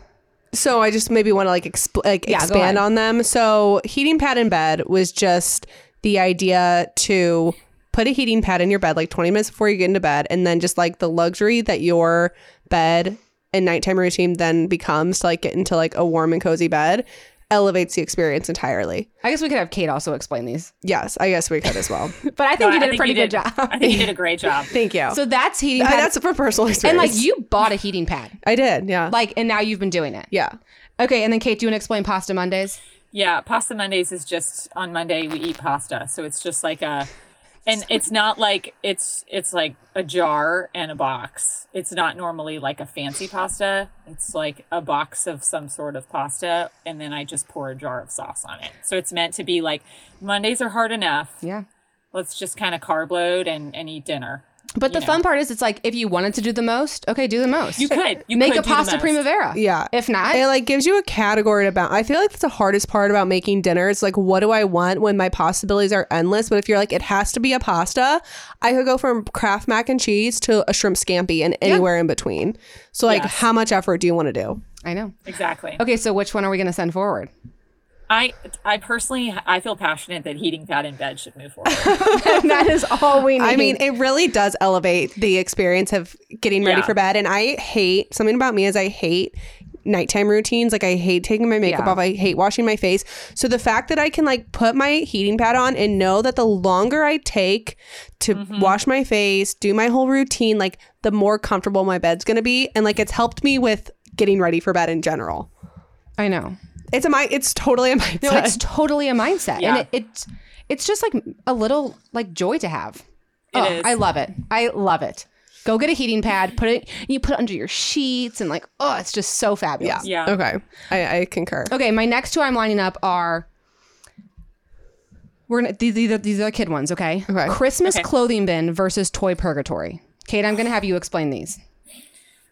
Speaker 3: so I just maybe want to like, expl- like
Speaker 2: Yeah, go ahead.
Speaker 3: expand on them. So heating pad in bed was just the idea to put a heating pad in your bed like 20 minutes before you get into bed and then just like the luxury that your bed and nighttime routine then becomes to like get into like a warm and cozy bed elevates the experience entirely.
Speaker 2: I guess we could have Kate also explain these,
Speaker 3: Yes, I guess we could as well.
Speaker 2: but I think
Speaker 4: No,
Speaker 2: you did a
Speaker 4: think
Speaker 2: pretty
Speaker 4: you
Speaker 2: good
Speaker 4: did-
Speaker 2: job.
Speaker 4: I think you did Uh, a great job.
Speaker 3: Thank you.
Speaker 2: So that's heating
Speaker 3: I-
Speaker 2: pad,
Speaker 3: that's for personal experience.
Speaker 2: and like you bought a heating pad,
Speaker 3: I did, yeah.
Speaker 2: like, and now you've been doing it.
Speaker 3: yeah.
Speaker 2: Okay, and then Kate, do you want to explain Pasta Mondays?
Speaker 4: Yeah, pasta Mondays is just on Monday we eat pasta. So it's just like a and it's not like it's it's like a jar and a box. It's not normally like a fancy pasta. It's like a box of some sort of pasta and then I just pour a jar of sauce on it. So it's meant to be like Mondays are hard enough.
Speaker 2: Yeah.
Speaker 4: Let's just kind of carb load and and eat dinner.
Speaker 2: But the
Speaker 4: know.
Speaker 2: fun part is, it's like if you wanted to do the most, okay, do the most.
Speaker 4: You could. You
Speaker 2: make
Speaker 4: could
Speaker 2: a
Speaker 4: do the
Speaker 2: pasta
Speaker 4: most.
Speaker 2: primavera.
Speaker 3: Yeah.
Speaker 2: If not,
Speaker 3: it like gives you a category to bound. I feel like that's the hardest part about making dinner. It's like, what do I want when my possibilities are endless? But if you're like, it has to be a pasta, I could go from Kraft mac and cheese to a shrimp scampi and anywhere in between. So like,
Speaker 4: Yes.
Speaker 3: how much effort do you want to do?
Speaker 2: I know.
Speaker 4: Exactly.
Speaker 2: Okay, so which one are we going to send forward?
Speaker 4: I I personally I feel passionate that heating pad in bed should move forward.
Speaker 2: that is all we need.
Speaker 3: I mean, it really does elevate the experience of getting ready
Speaker 4: Yeah.
Speaker 3: for bed. And I hate something about me is I hate nighttime routines. Like I hate taking my makeup
Speaker 2: Yeah.
Speaker 3: off. I hate washing my face. So the fact that I can like put my heating pad on and know that the longer I take to wash my face, do my whole routine, like the more comfortable my bed's gonna be. And like it's helped me with getting ready for bed in general.
Speaker 2: I know.
Speaker 3: It's a my it's totally a mindset.
Speaker 2: No, it's totally a mindset,
Speaker 4: Yeah.
Speaker 2: and it, it's it's just like a little like joy to have. oh,
Speaker 4: is.
Speaker 2: I love it. I love it. Go get a heating pad. Put it. You put it under your sheets, and like, oh, it's just so fabulous.
Speaker 3: yeah.
Speaker 4: Yeah.
Speaker 3: Okay. I, I concur.
Speaker 2: Okay, my next two I'm lining up are. We're gonna these these are, these are the kid ones, okay?
Speaker 3: Okay.
Speaker 2: Christmas clothing bin versus toy purgatory. Kate, I'm gonna have you explain these.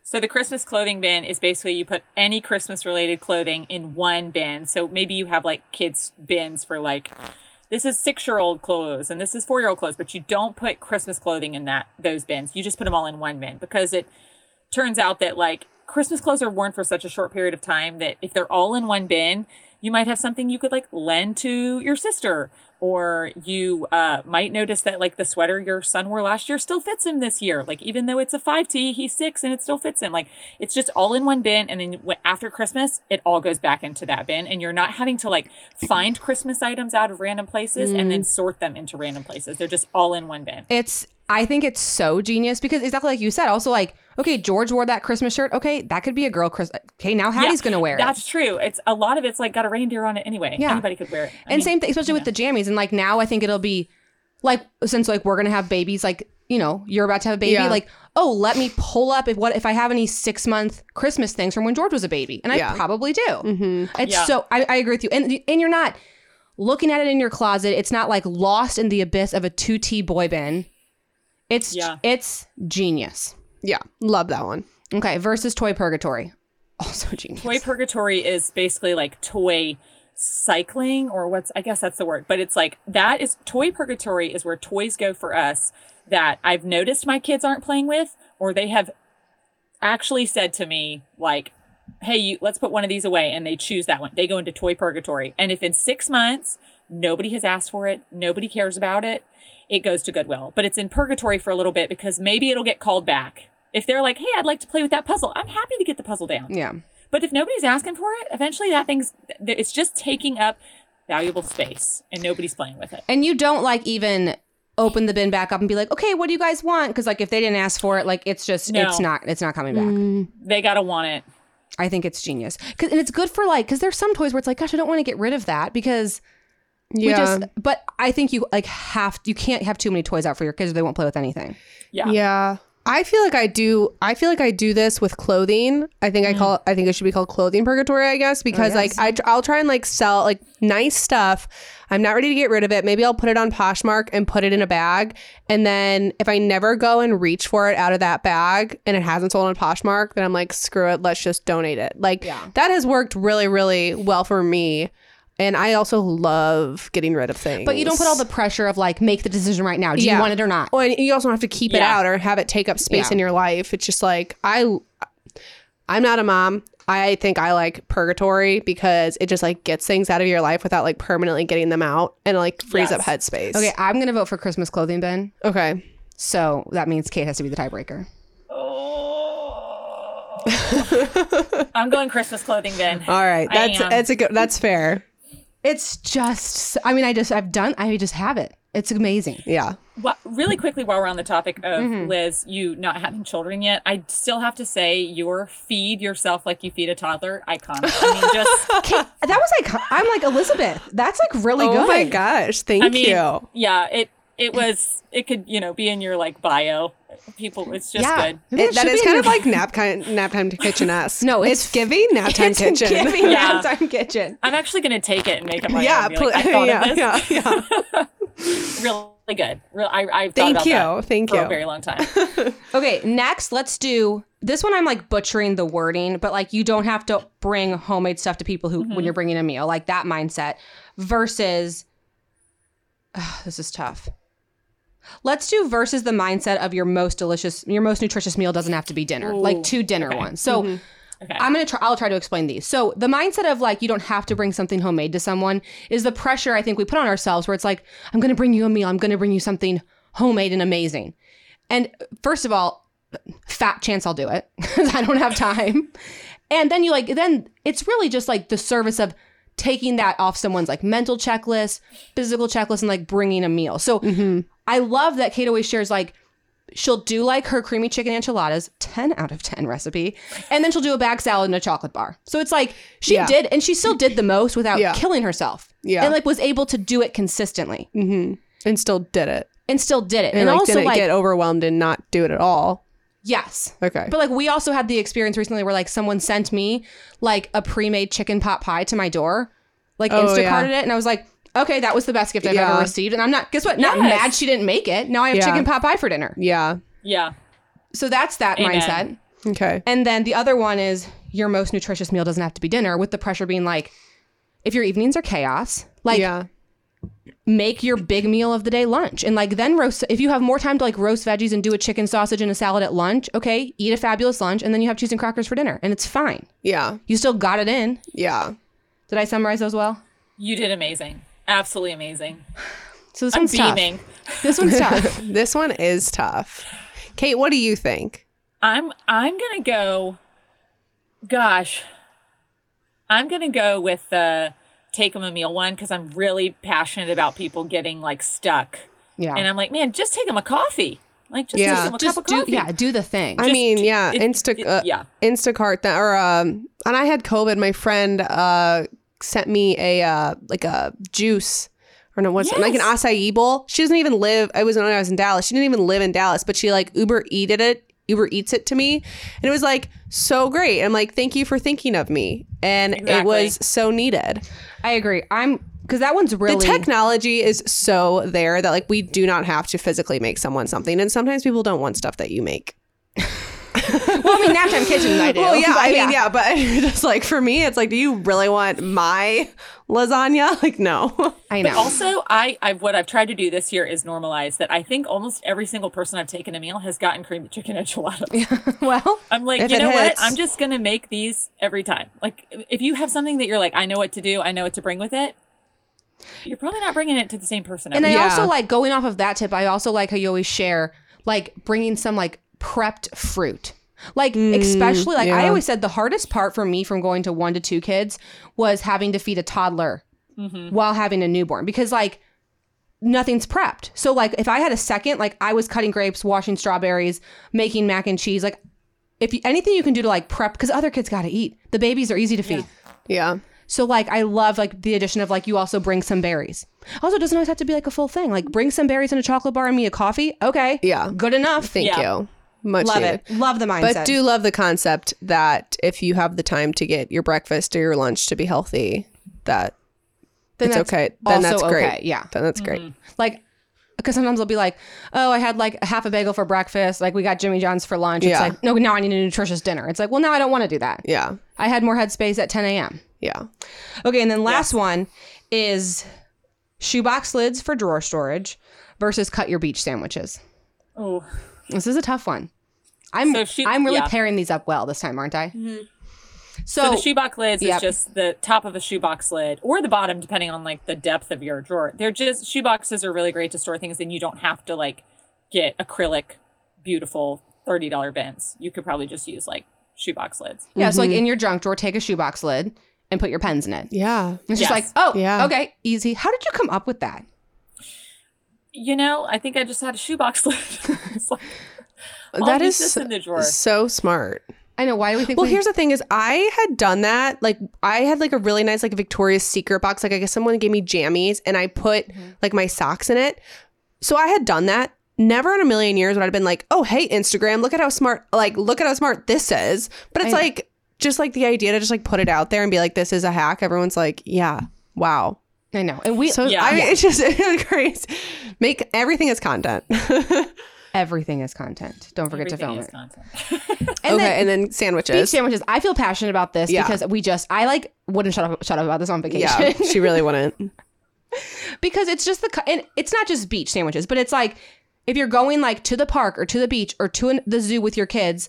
Speaker 4: So the Christmas clothing bin is basically you put any Christmas related clothing in one bin. So maybe you have like kids bins for like this is 6-year-old clothes and this is 4-year-old clothes, but you don't put Christmas clothing in that those bins. You just put them all in one bin because it turns out that like Christmas clothes are worn for such a short period of time that if they're all in one bin, you might have something you could like lend to your sister, or you uh, might notice that like the sweater your son wore last year still fits him this year. Like even though it's a five T, he's six and it still fits him. Like it's just all in one bin, and then wh- after Christmas, it all goes back into that bin, and you're not having to like find Christmas items out of random places and then sort them into random places. They're just all in one bin.
Speaker 2: It's I think it's so genius because exactly like you said, also like, okay, George wore that Christmas shirt. Okay, that could be a girl Chris okay, now Hattie's gonna wear it.
Speaker 4: That's true. It's a lot of it's like got a reindeer on it anyway.
Speaker 2: Yeah.
Speaker 4: Anybody could wear it. I
Speaker 2: and
Speaker 4: mean,
Speaker 2: same thing, especially with the jammies. And like now I think it'll be like since like we're gonna have babies, like, you know, you're about to have a baby,
Speaker 3: Yeah.
Speaker 2: like, oh, let me pull up if what if I have any six month Christmas things from when George was a baby. And
Speaker 3: Yeah.
Speaker 2: I probably do. It's
Speaker 4: Mm-hmm. Yeah.
Speaker 2: so I, I agree with you. And and you're not looking at it in your closet. It's not like lost in the abyss of a two T boy bin. It's
Speaker 4: Yeah.
Speaker 2: it's genius.
Speaker 3: Yeah, love that one.
Speaker 2: Okay, versus Toy Purgatory. Also genius.
Speaker 4: Toy purgatory is basically like toy cycling or what's I guess that's the word, but it's like that is toy purgatory is where toys go for us that I've noticed my kids aren't playing with or they have actually said to me like hey you let's put one of these away and they choose that one they go into toy purgatory and if in six months nobody has asked for it nobody cares about it it goes to goodwill but it's in purgatory for a little bit because maybe it'll get called back if they're like hey i'd like to play with that puzzle i'm happy to get the puzzle down
Speaker 2: yeah.
Speaker 4: but if nobody's asking for it, eventually that thing's th- it's just taking up valuable space and nobody's playing with it.
Speaker 2: And you don't like even open the bin back up and be like, okay, what do you guys want? Because like if they didn't ask for it, like it's just
Speaker 4: No.
Speaker 2: it's not it's not coming back.
Speaker 3: Mm.
Speaker 4: They gotta want it.
Speaker 2: I think it's genius. 'Cause- and it's good for like because there's some toys where it's like, gosh, I don't want to get rid of that because
Speaker 3: Yeah.
Speaker 2: we just. But I think you like have you can't have too many toys out for your kids or they won't play with anything.
Speaker 4: Yeah.
Speaker 3: Yeah. I feel like I do I feel like I do this with clothing. I think I
Speaker 2: Mm.
Speaker 3: call I think it should be called clothing purgatory, I guess, because
Speaker 2: Oh,
Speaker 3: like I tr- I'll try and like sell like nice stuff. I'm not ready to get rid of it. Maybe I'll put it on Poshmark and put it in a bag, and then if I never go and reach for it out of that bag and it hasn't sold on Poshmark, then I'm like screw it, let's just donate it. Like that has worked really really well for me. And I also love getting rid of things.
Speaker 2: But you don't put all the pressure of like make the decision right now. Do
Speaker 3: Yeah.
Speaker 2: you want it or not?
Speaker 3: Well, and you also don't have to keep it
Speaker 4: Yeah.
Speaker 3: out or have it take up space
Speaker 2: Yeah.
Speaker 3: in your life. It's just like I, I'm not a mom. I think I like purgatory because it just like gets things out of your life without like permanently getting them out and like frees up headspace.
Speaker 2: Okay, I'm gonna vote for Christmas clothing bin.
Speaker 3: Okay.
Speaker 2: So that means Kate has to be the tiebreaker.
Speaker 4: I'm going Christmas clothing bin.
Speaker 3: All right.
Speaker 4: I
Speaker 3: That's
Speaker 4: am.
Speaker 3: that's a good. That's fair.
Speaker 2: It's just I mean, I just I've done I just have it. It's amazing.
Speaker 3: Yeah.
Speaker 4: Wha- really quickly while we're on the topic of Liz, you not having children yet, I still have to say your feed yourself like you feed a toddler iconic. I mean just
Speaker 2: Kate, that was like I'm like Elizabeth. That's like really good.
Speaker 3: Oh my gosh. Thank
Speaker 4: I mean
Speaker 3: you.
Speaker 4: yeah, it it was it could, you know, be in your like bio. People it's just
Speaker 2: Yeah.
Speaker 4: good.
Speaker 2: Maybe
Speaker 3: It- that
Speaker 2: should
Speaker 3: is
Speaker 2: be
Speaker 3: kind
Speaker 2: in
Speaker 3: of
Speaker 2: your-
Speaker 3: like nap time, nap time kitchen esque.
Speaker 2: No,
Speaker 3: it's,
Speaker 2: it's-
Speaker 3: giving nap time
Speaker 2: It's
Speaker 3: kitchen.
Speaker 2: Giving
Speaker 4: Yeah.
Speaker 2: time kitchen.
Speaker 4: I'm actually gonna take it and make it my
Speaker 3: yeah,
Speaker 4: own. Be like, I
Speaker 3: pl-
Speaker 4: thought
Speaker 3: yeah,
Speaker 4: of this.
Speaker 3: yeah, yeah.
Speaker 4: really good. Real, I, I've thought
Speaker 3: Thank
Speaker 4: about
Speaker 3: you,
Speaker 4: that
Speaker 3: thank
Speaker 4: for
Speaker 3: you.
Speaker 4: a very long time.
Speaker 2: Okay, next let's do this one. I'm like butchering the wording, but like you don't have to bring homemade stuff to people who when you're bringing a meal, like that mindset. Versus, Ugh, this is tough. Let's do versus the mindset of your most delicious, your most nutritious meal doesn't have to be dinner, like two dinner ones. So.
Speaker 4: Okay.
Speaker 2: I'm gonna try. I'll try to explain these. So the mindset of like you don't have to bring something homemade to someone is the pressure I think we put on ourselves, where it's like I'm gonna bring you a meal, I'm gonna bring you something homemade and amazing. And first of all, fat chance I'll do it because I don't have time. And then you like then it's really just like the service of taking that off someone's like mental checklist, physical checklist, and like bringing a meal. So
Speaker 3: Mm-hmm.
Speaker 2: I love that Kate always shares like she'll do like her creamy chicken enchiladas 10 out of 10 recipe and then she'll do a bag salad and a chocolate bar so it's like she
Speaker 3: Yeah.
Speaker 2: did and she still did the most without
Speaker 3: Yeah.
Speaker 2: killing herself
Speaker 3: Yeah.
Speaker 2: and like was able to do it consistently
Speaker 3: and still did it,
Speaker 2: and still did it and,
Speaker 3: and, like
Speaker 2: also
Speaker 3: didn't
Speaker 2: like
Speaker 3: get overwhelmed and not do it at all.
Speaker 2: yes
Speaker 3: Okay.
Speaker 2: but like we also had the experience recently where like someone sent me like a pre-made chicken pot pie to my door like
Speaker 3: Oh,
Speaker 2: instacarted
Speaker 3: yeah.
Speaker 2: it and i was like okay that was the best gift i've
Speaker 3: Yeah.
Speaker 2: ever received and i'm not guess what not
Speaker 4: Yes.
Speaker 2: mad she didn't make it now i have
Speaker 3: Yeah.
Speaker 2: chicken pot pie for dinner
Speaker 3: yeah.
Speaker 4: yeah.
Speaker 2: so that's that
Speaker 4: Amen.
Speaker 2: mindset
Speaker 3: Okay.
Speaker 2: And then the other one is your most nutritious meal doesn't have to be dinner, with the pressure being like, if your evenings are chaos, like
Speaker 3: yeah.
Speaker 2: make your big meal of the day lunch. And like then roast, if you have more time to like roast veggies and do a chicken sausage and a salad at lunch, okay, eat a fabulous lunch and then you have cheese and crackers for dinner and it's fine.
Speaker 3: Yeah.
Speaker 2: You still got it in.
Speaker 3: Yeah.
Speaker 2: Did I summarize those well?
Speaker 4: You did amazing. Absolutely amazing.
Speaker 2: So this
Speaker 4: I'm
Speaker 2: one's
Speaker 4: beaming.
Speaker 2: tough. This one's tough.
Speaker 3: This one is tough. Kate, what do you think?
Speaker 4: I'm I'm gonna go. Gosh, I'm gonna go with the take them a meal one because I'm really passionate about people getting like stuck,
Speaker 2: Yeah.
Speaker 4: and I'm like, man, just take them a coffee. Like just
Speaker 3: Yeah.
Speaker 4: take them a
Speaker 2: just
Speaker 4: cup of
Speaker 2: do
Speaker 4: coffee.
Speaker 2: yeah, do the thing.
Speaker 3: I
Speaker 4: Just-
Speaker 3: mean, yeah,
Speaker 4: it-
Speaker 3: Insta
Speaker 4: it-
Speaker 3: uh,
Speaker 4: yeah.
Speaker 3: Instacart that or um and I had COVID, my friend uh sent me a uh like a juice or no what's like an
Speaker 4: Yes.
Speaker 3: acai bowl. She doesn't even live I was when I was in Dallas. She didn't even live in Dallas, but she like Uber eated it. Uber eats it to me. And it was like so great. I'm like, thank you for thinking of me. And it
Speaker 4: Exactly.
Speaker 3: was so needed.
Speaker 2: I agree. I'm because that one's really
Speaker 3: The technology is so there that like we do not have to physically make someone something. And sometimes people don't want stuff that you make.
Speaker 2: well, I mean, naptime kitchen. I do.
Speaker 3: Well, Oh, yeah,
Speaker 2: But
Speaker 3: I mean, yeah, but just like for me, it's like, do you really want my lasagna? Like, no.
Speaker 2: I
Speaker 4: But
Speaker 2: know.
Speaker 4: also, I, I what I've tried to do this year is normalize that I think almost every single person I've taken a meal has gotten cream chicken enchiladas.
Speaker 2: well,
Speaker 4: I'm like,
Speaker 3: If
Speaker 4: you
Speaker 3: it
Speaker 4: know
Speaker 3: hits.
Speaker 4: what? I'm just gonna make these every time. Like, if you have something that you're like, I know what to do, I know what to bring with it. You're probably not bringing it to the same person.
Speaker 2: and
Speaker 4: every
Speaker 2: I
Speaker 3: Yeah.
Speaker 2: also like going off of that tip. I also like how you always share like bringing some like prepped fruit. Like especially like I
Speaker 3: Mm, yeah.
Speaker 2: always said the hardest part for me from going to 1 to 2 kids was having to feed a toddler
Speaker 3: Mm-hmm.
Speaker 2: while having a newborn because like nothing's prepped. So like if I had a second like I was cutting grapes, washing strawberries, making mac and cheese like if you, anything you can do to like prep cuz other kids got to eat. The babies are easy to feed.
Speaker 3: Yeah.
Speaker 2: So like I love like the addition of like you also bring some berries. Also it doesn't always have to be like a full thing. Like bring some berries and a chocolate bar and me a coffee. Okay.
Speaker 3: Yeah.
Speaker 2: Good enough.
Speaker 3: Thank
Speaker 4: Yeah.
Speaker 3: you. Much
Speaker 2: love
Speaker 3: needed.
Speaker 2: it. Love the mindset.
Speaker 3: But do love the concept that if you have the time to get your breakfast or your lunch to be healthy, that
Speaker 2: Then
Speaker 3: it's
Speaker 2: that's
Speaker 3: okay. Then
Speaker 2: also
Speaker 3: that's great.
Speaker 2: okay, yeah.
Speaker 3: Then that's great.
Speaker 2: like because sometimes I'll be like, oh, I had like half a bagel for breakfast. Like we got Jimmy John's for lunch. It's
Speaker 3: Yeah.
Speaker 2: like, no, now I need a nutritious dinner. It's like, well, now I don't want to do that.
Speaker 3: Yeah.
Speaker 2: I had more headspace at 10 a.m.
Speaker 3: Yeah.
Speaker 2: Okay, and then last one is shoebox lids for drawer storage versus cut your beach sandwiches.
Speaker 4: Oh,
Speaker 2: This is a tough one. I'm
Speaker 4: So she-
Speaker 2: I'm really
Speaker 4: yeah. Mm-hmm.
Speaker 2: pairing these up well this time, aren't I? So,
Speaker 4: so the shoebox lids
Speaker 2: Oh, Yep.
Speaker 4: is just the top of a shoebox lid or the bottom, depending on like the depth of your drawer. They're just shoeboxes are really great to store things, and you don't have to like get acrylic, beautiful thirty dollar bins. You could probably just use like shoebox lids.
Speaker 2: yeah, so like
Speaker 3: Mm-hmm.
Speaker 2: in your junk drawer, take a shoebox lid and put your pens in it.
Speaker 3: Yeah.
Speaker 2: It's just
Speaker 4: Yes.
Speaker 2: like, oh,
Speaker 3: Yeah.
Speaker 2: okay, easy. How did you come up with that?
Speaker 4: You know, I think I just had a shoebox lid. It's like, I'll
Speaker 3: That
Speaker 4: use
Speaker 3: is
Speaker 4: this in the drawer.
Speaker 3: So smart.
Speaker 2: I know. Why do we think?
Speaker 3: Well,
Speaker 2: we-
Speaker 3: here's the thing: is I had done that. Like, I had like a really nice like Victoria's Secret box. Like, I guess someone gave me jammies, and I put like my socks in it. So I had done that. Never in a million years would I have been like, "Oh, hey, Instagram, look at how smart! Like, look at how smart this is." But it's
Speaker 2: I-
Speaker 3: like just like the idea to just like put it out there and be like, "This is a hack." Everyone's like, "Yeah, wow."
Speaker 2: I know, and we
Speaker 3: So
Speaker 4: Yeah.
Speaker 3: I mean, it's just it's crazy. Make everything as content. okay,
Speaker 2: everything is content. Don't forget to
Speaker 4: Everything
Speaker 2: film
Speaker 4: is
Speaker 2: it.
Speaker 4: content.
Speaker 2: And then
Speaker 3: and then
Speaker 2: beach
Speaker 3: sandwiches.
Speaker 2: sandwiches. I feel passionate about this
Speaker 3: Yeah.
Speaker 2: because we just I like wouldn't shut up shut up about this on vacation.
Speaker 3: yeah, she really wouldn't.
Speaker 2: because it's just the cu- and it's not just beach sandwiches, but it's like if you're going like to the park or to the beach or to an, the zoo with your kids,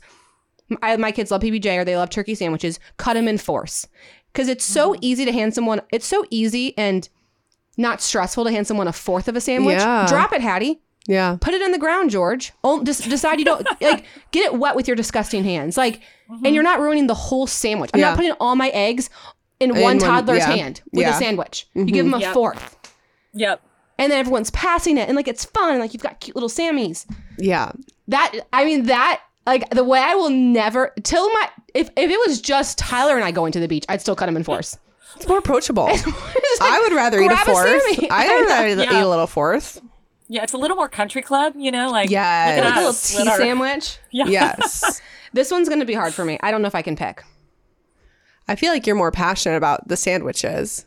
Speaker 2: m- I, my kids love PBJ or they love turkey sandwiches. Cut them in force because it's so
Speaker 3: Mm-hmm.
Speaker 2: easy to hand someone. It's so easy and not stressful to hand someone a fourth of a sandwich.
Speaker 3: Yeah.
Speaker 2: Drop it, Hattie.
Speaker 3: Yeah,
Speaker 2: Put it in the ground, George. Oh, just decide you don't like get it wet with your disgusting hands. Like, and you're not ruining the whole sandwich. I'm
Speaker 3: Mm-hmm. Yeah.
Speaker 2: not putting all my eggs in one
Speaker 3: one-
Speaker 2: toddler's
Speaker 3: yeah.
Speaker 2: hand with
Speaker 3: Yeah. Mm-hmm.
Speaker 2: a sandwich. You give them a
Speaker 4: Yep.
Speaker 2: fourth
Speaker 4: Yep.
Speaker 2: and then everyone's passing it and like it's fun and like you've got cute little sammies
Speaker 3: yeah.
Speaker 2: that i mean that like the way i will never till my if, if it was just tyler and i going to the beach i'd still cut him in force
Speaker 3: It's more approachable.
Speaker 2: It's like,
Speaker 3: I would rather eat a
Speaker 2: grab a
Speaker 3: fourth.
Speaker 2: Sammy.
Speaker 3: I would rather
Speaker 4: Yeah.
Speaker 3: eat a little fourth.
Speaker 4: Yeah, it's a little more country club, you know, like
Speaker 3: Yes.
Speaker 4: look
Speaker 3: Like
Speaker 4: at
Speaker 2: a little
Speaker 4: us,
Speaker 2: tea
Speaker 4: with our-
Speaker 2: sandwich
Speaker 4: Yeah.
Speaker 3: Yes.
Speaker 2: this one's gonna be hard for me i don't know if i can pick
Speaker 3: I feel like you're more passionate about the sandwiches.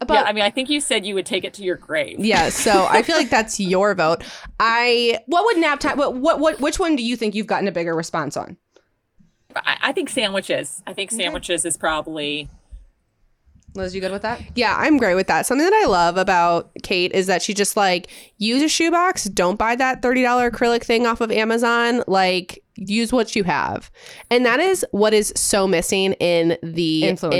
Speaker 2: about
Speaker 4: yeah, I mean, I think you said you would take it to your grave.
Speaker 3: Yeah, so I feel like that's your vote. I
Speaker 2: what would nap time what, what what which one do you think you've gotten a bigger response on
Speaker 4: I, I think sandwiches. I think sandwiches is probably
Speaker 2: Liz, you good with that?
Speaker 3: Yeah, I'm great with that. Something that I love about Kate is that she just like use a shoebox. Don't buy that $30 acrylic thing off of Amazon. Like use what you have. And that is what is so missing in the
Speaker 2: Influencer.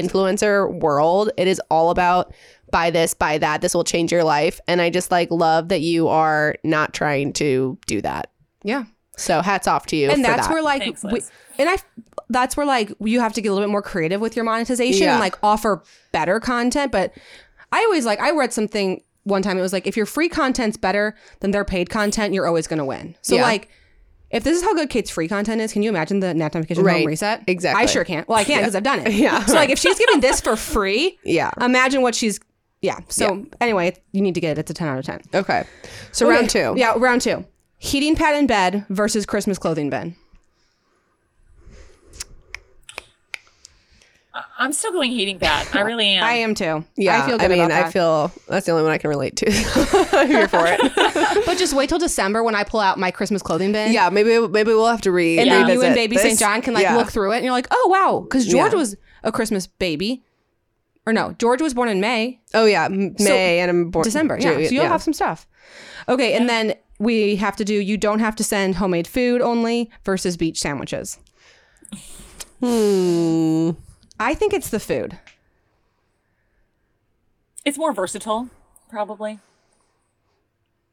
Speaker 3: influencer, world. It is all about buy this, buy that. This will change your life. And I just like love that you are not trying to do that.
Speaker 2: Yeah.
Speaker 3: So hats off to you.
Speaker 2: and
Speaker 3: for
Speaker 2: that's
Speaker 3: that.
Speaker 2: where like
Speaker 4: Thanks,
Speaker 2: we,
Speaker 4: Liz.
Speaker 2: and i that's where like you have to get a little bit more creative with your monetization
Speaker 3: Yeah.
Speaker 2: and like offer better content but i always like i read something one time it was like if your free content's better than their paid content you're always going to win so
Speaker 3: Yeah.
Speaker 2: like if this is how good Kate's free content is, can you imagine the nap notification
Speaker 3: Right.
Speaker 2: home reset?
Speaker 3: Exactly.
Speaker 2: I sure can't. Well, I can because I've done it.
Speaker 3: Yeah.
Speaker 2: So like, if she's giving this for free,
Speaker 3: Yeah.
Speaker 2: Imagine what she's. Yeah. So anyway, you need to get it. It's a ten out of ten.
Speaker 3: Okay. So round two.
Speaker 2: Yeah, round two. Heating pad in bed versus Christmas clothing bin.
Speaker 4: I'm still going heating pad. I really am.
Speaker 2: I am too.
Speaker 3: Yeah,
Speaker 2: I feel good
Speaker 3: mean,
Speaker 2: about that.
Speaker 3: I feel that's the only one I can relate to. I'm here for it.
Speaker 2: but just wait till December when I pull out my Christmas clothing bin.
Speaker 3: yeah, maybe maybe we'll have to read.
Speaker 2: And then you
Speaker 3: revisit
Speaker 2: and baby
Speaker 3: this.
Speaker 2: St. John can like
Speaker 3: Yeah.
Speaker 2: look through it and you're like, oh wow. Because George
Speaker 3: Yeah.
Speaker 2: was a Christmas baby. Or no, George was born in May,
Speaker 3: Oh yeah, m- May
Speaker 2: So-
Speaker 3: and I'm born
Speaker 2: December. Yeah.
Speaker 3: Ju-
Speaker 2: So you'll
Speaker 3: yeah.
Speaker 2: have some stuff. Okay. And then we have to do you don't have to send homemade food only versus beach sandwiches.
Speaker 3: Hmm.
Speaker 2: I think it's the food.
Speaker 4: It's more versatile, probably.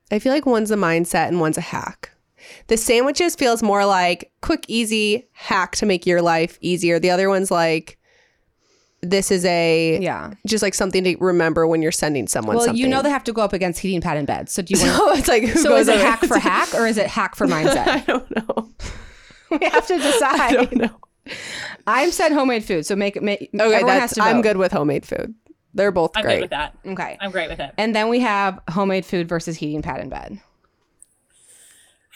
Speaker 3: I feel like one's a mindset and one's a hack. The sandwiches feels more like quick, easy hack to make your life easier. The other one's like this is a
Speaker 2: Yeah.
Speaker 3: just like something to remember when you're sending someone.
Speaker 2: Well,
Speaker 3: something.
Speaker 2: you know they have to go up against heating pad in bed. So do you want
Speaker 3: So it's like who
Speaker 2: So
Speaker 3: goes
Speaker 2: is it
Speaker 3: over-
Speaker 2: hack for hack or is it hack for mindset?
Speaker 3: I don't know.
Speaker 2: we have to
Speaker 3: I
Speaker 2: decide.
Speaker 3: don't know.
Speaker 2: I've said homemade food, so make make
Speaker 3: Okay,
Speaker 2: everyone has
Speaker 3: that's
Speaker 2: to vote.
Speaker 3: I'm good with homemade food. They're both
Speaker 4: I'm
Speaker 3: great.
Speaker 4: good with that.
Speaker 2: Okay.
Speaker 4: I'm great with it.
Speaker 2: And then we have homemade food versus heating pad in bed.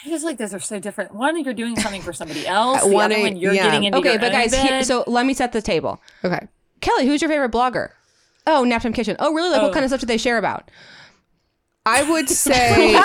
Speaker 4: I just like those are so different. One, you're doing something for somebody else. The
Speaker 3: One,
Speaker 4: other one, you're
Speaker 3: yeah.
Speaker 4: getting into
Speaker 2: Okay,
Speaker 4: your
Speaker 2: but
Speaker 4: own
Speaker 2: guys, he-
Speaker 4: bed.
Speaker 2: so let me set the table.
Speaker 3: Okay.
Speaker 2: Kelly, who's your favorite blogger? Oh, Naptime Kitchen. Oh, really? Like, what
Speaker 4: Oh.
Speaker 2: kind of stuff do they share about?
Speaker 3: I would say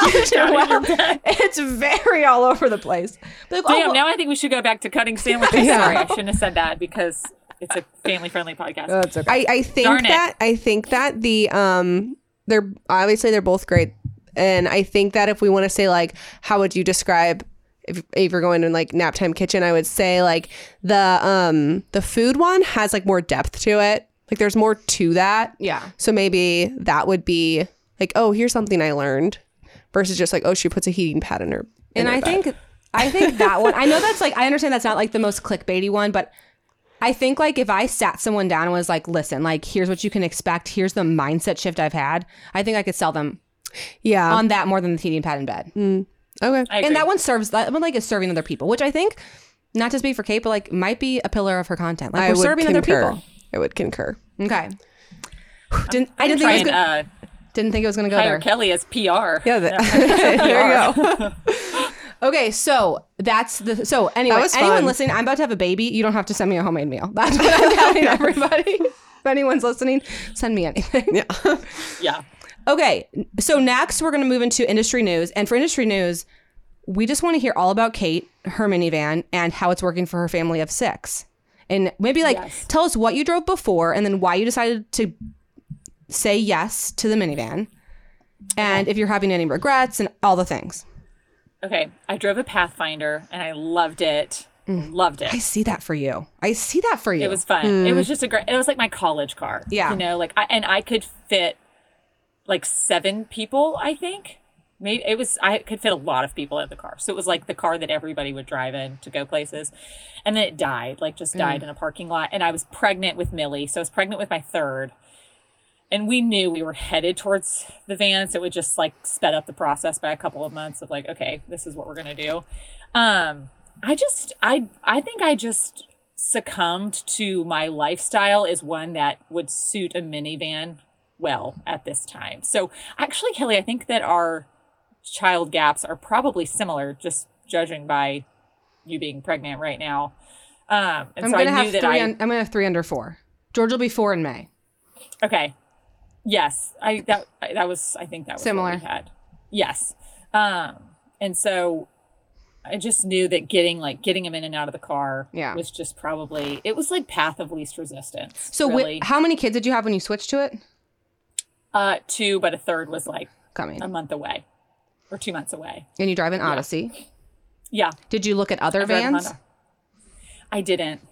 Speaker 2: It's very all over the place. Like, oh,
Speaker 4: Damn,
Speaker 2: well-
Speaker 4: now I think we should go back to cutting sandwiches.
Speaker 3: Yeah.
Speaker 4: Sorry, I shouldn't have said that because it's a family friendly podcast.
Speaker 2: Uh,
Speaker 3: I, I think
Speaker 4: Darn it.
Speaker 3: that I think that the um they're obviously they're both great. And I think that if we want to say like how would you describe if, if you're going in like nap time kitchen, I would say like the um the food one has like more depth to it. Like there's more to that.
Speaker 2: Yeah.
Speaker 3: So maybe that would be like, oh, here's something I learned versus just like, oh, she puts a heating pad in her. in
Speaker 2: and
Speaker 3: her
Speaker 2: I
Speaker 3: bed.
Speaker 2: think I think that one. I know that's like I understand that's not like the most clickbaity one, but I think like if I sat someone down and was like, "Listen, like here's what you can expect. Here's the mindset shift I've had." I think I could sell them
Speaker 3: Yeah.
Speaker 2: on that more than the heating pad in bed.
Speaker 3: Mm. okay.
Speaker 4: I agree.
Speaker 2: and that one serves that one like is serving other people, which I think not just be for Kate, but like might be a pillar of her content. Like
Speaker 3: I
Speaker 2: we're
Speaker 3: would
Speaker 2: serving other
Speaker 3: concur.
Speaker 2: people.
Speaker 3: I would concur.
Speaker 2: Okay. didn't I
Speaker 4: I'm
Speaker 2: didn't think it was
Speaker 4: trying
Speaker 2: go-
Speaker 4: uh,
Speaker 2: didn't think it was gonna go
Speaker 4: hire
Speaker 2: there.
Speaker 4: Kelly as PR.
Speaker 3: Yeah, there you go.
Speaker 2: Okay, so that's the so anyway.
Speaker 3: That was
Speaker 2: Anyone
Speaker 3: fun.
Speaker 2: listening, I'm about to have a baby. You don't have to send me a homemade meal. That's what I'm telling everybody. If anyone's listening, send me anything.
Speaker 4: Yeah.
Speaker 2: Okay, so next we're going to move into industry news, and for industry news, we just want to hear all about Kate, her minivan, and how it's working for her family of six, and maybe like
Speaker 4: Yes.
Speaker 2: tell us what you drove before, and then why you decided to say yes to the minivan, and if you're having any regrets, and all the things.
Speaker 4: Okay. I drove a Pathfinder and I loved it. Loved it.
Speaker 2: Mm. I see that for you. I see that for you. Hmm.
Speaker 4: It was fun. It was just a great. It was like my college car.
Speaker 2: Yeah.
Speaker 4: you know, like I and I could fit like seven people. I think maybe it was. I could fit a lot of people in the car, so it was like the car that everybody would drive in to go places. And then it died, like just
Speaker 2: Mm.
Speaker 4: died in a parking lot. And I was pregnant with Millie, so I was pregnant with my third. And we knew we were headed towards the van, so it just like sped up the process by a couple of months of like, okay, this is what we're gonna do. Um, I just, I, I think I just succumbed to my lifestyle is one that would suit a minivan well at this time. So actually, Kelly, I think that our child gaps are probably similar, just judging by you being pregnant right now. Um, and
Speaker 2: I'm
Speaker 4: so
Speaker 2: gonna
Speaker 4: I knew
Speaker 2: have
Speaker 4: that
Speaker 2: three.
Speaker 4: I
Speaker 2: un- I'm gonna have three under four. George will be four in May.
Speaker 4: Okay. Yes, I that I- that was I think that was what we
Speaker 2: Similar.
Speaker 4: had. Yes, um, and so I just knew that getting like getting him in and out of the car
Speaker 2: Yeah.
Speaker 4: was just probably it was like path of least resistance.
Speaker 2: So, wi-
Speaker 4: really.
Speaker 2: how many kids did you have when you switched to it?
Speaker 4: uh two, but a third was like
Speaker 2: Coming.
Speaker 4: a month away or two months away.
Speaker 2: and you drive an Odyssey.
Speaker 4: Yeah.
Speaker 2: Did you look at other
Speaker 4: I drive a
Speaker 2: vans?
Speaker 4: Honda. I didn't.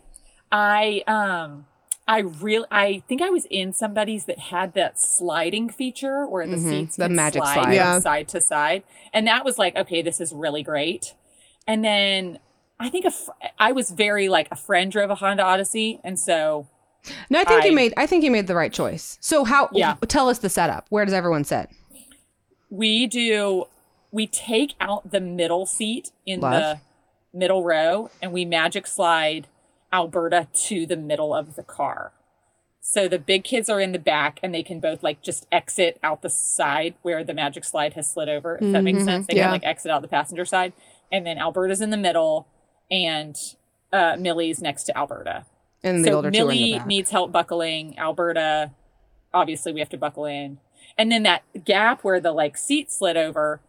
Speaker 4: I um I real I think I was in somebody's that had that sliding feature where the seats
Speaker 2: Mm-hmm. the
Speaker 4: could
Speaker 2: magic
Speaker 4: slide,
Speaker 2: slide.
Speaker 4: from
Speaker 3: Yeah.
Speaker 4: side to side, and that was like okay, this is really great. And then I think a fr- I was very like a friend drove a Honda Odyssey, and so
Speaker 2: No, I think you
Speaker 4: I-
Speaker 2: made. I think you made the right choice. So how?
Speaker 4: Yeah.
Speaker 2: Tell us the setup. Where does everyone sit?
Speaker 4: we do we take out the middle seat in
Speaker 2: Love.
Speaker 4: the middle row and we magic slide alberta to the middle of the car so the big kids are in the back and they can both like just exit out the side where the magic slide has slid over if that makes sense they
Speaker 3: yeah.
Speaker 4: can like exit out the passenger side and then alberta's in the middle and uh, millie's next to alberta
Speaker 2: And the
Speaker 4: so
Speaker 2: older two are in the
Speaker 4: Millie
Speaker 2: back.
Speaker 4: needs help buckling. Alberta, obviously, we have to buckle in. And then that gap where the like seat slid over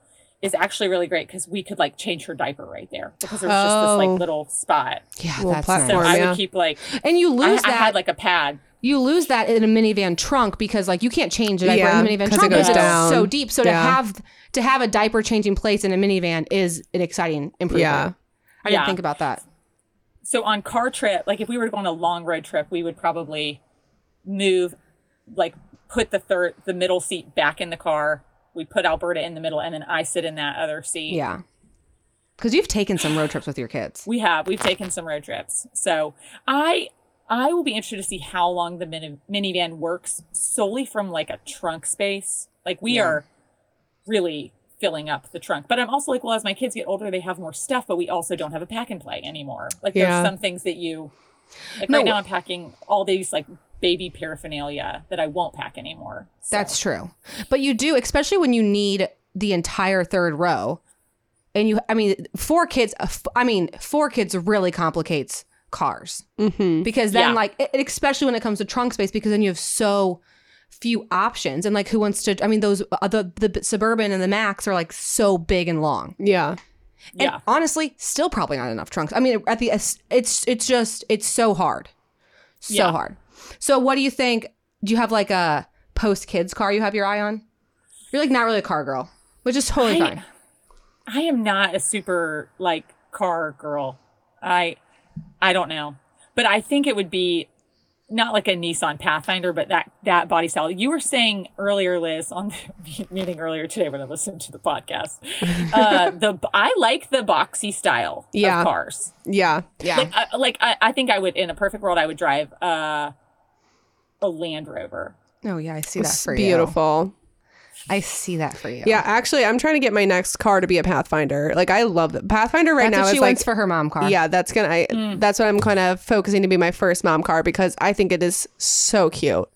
Speaker 4: is actually really great because we could like change her diaper right there because there was just this
Speaker 3: Oh.
Speaker 4: like little spot.
Speaker 2: yeah,
Speaker 3: Little
Speaker 2: that's
Speaker 4: So
Speaker 3: platform.
Speaker 2: nice.
Speaker 4: I
Speaker 3: yeah.
Speaker 4: would keep like
Speaker 2: And you
Speaker 4: I,
Speaker 2: lose
Speaker 4: I
Speaker 2: that.
Speaker 4: had like a pad.
Speaker 2: you lose that in a minivan trunk because like you can't change a diaper
Speaker 3: Yeah,
Speaker 2: in a minivan
Speaker 3: 'cause it
Speaker 2: trunk
Speaker 3: goes
Speaker 2: because it's
Speaker 3: down.
Speaker 2: so deep. So to
Speaker 3: Yeah.
Speaker 2: have to have a diaper changing place in a minivan is an exciting improvement.
Speaker 3: Yeah.
Speaker 2: I didn't
Speaker 4: Yeah.
Speaker 2: think about that.
Speaker 4: So on car trip, like if we were to go on a long road trip, we would probably move, like put the third the middle seat back in the car. We put Alberta in the middle, and then I sit in that other seat.
Speaker 2: Yeah. Because you've taken some road trips with your kids.
Speaker 4: We have. We've taken some road trips. So I I will be interested to see how long the mini- minivan works solely from like a trunk space. Like we are really filling up the trunk. But I'm also like, well, as my kids get older, they have more stuff, but we also don't have a pack and play anymore. Like
Speaker 3: Yeah.
Speaker 4: there's some things that you like
Speaker 2: No.
Speaker 4: right now I'm packing all these like baby paraphernalia that I won't pack anymore. So-
Speaker 2: That's true. But you do, especially when you need the entire third row. And you, I mean, four kids, uh, I mean, four kids really complicates cars.
Speaker 3: Mm-hmm.
Speaker 2: because then
Speaker 4: Yeah.
Speaker 2: like it, it- especially when it comes to trunk space because then you have so few options and like who wants to i mean those uh, the, the suburban and the max are like so big and long
Speaker 3: Yeah.
Speaker 2: and
Speaker 4: yeah.
Speaker 2: honestly still probably not enough trunks i mean at the it's it's just it's so hard so
Speaker 4: Yeah.
Speaker 2: hard so what do you think do you have like a post kids car you have your eye on you're like not really a car girl which is totally
Speaker 4: I-
Speaker 2: fine
Speaker 4: I am not a super like car girl. I I don't know. But I think it would be not like a Nissan Pathfinder, but that that body style. You were saying earlier, Liz, on the meeting earlier today when I listened to the podcast. Uh, the I like the boxy style
Speaker 3: Yeah.
Speaker 4: of cars.
Speaker 3: Yeah.
Speaker 2: yeah
Speaker 4: Like, I, like I, I think I would in a perfect world I would drive uh, a Land Rover.
Speaker 2: oh yeah i see that
Speaker 3: It's
Speaker 2: for you
Speaker 3: beautiful.
Speaker 2: i see that for you
Speaker 3: Yeah. Actually, I'm trying to get my next car to be a Pathfinder. Like, I love the Pathfinder
Speaker 2: that's
Speaker 3: right now.
Speaker 2: what she
Speaker 3: is like,
Speaker 2: wants for her mom car Hmm.
Speaker 3: Yeah, that's gonna. I, That's what I'm kind of focusing to be my first mom car because I think it is so cute.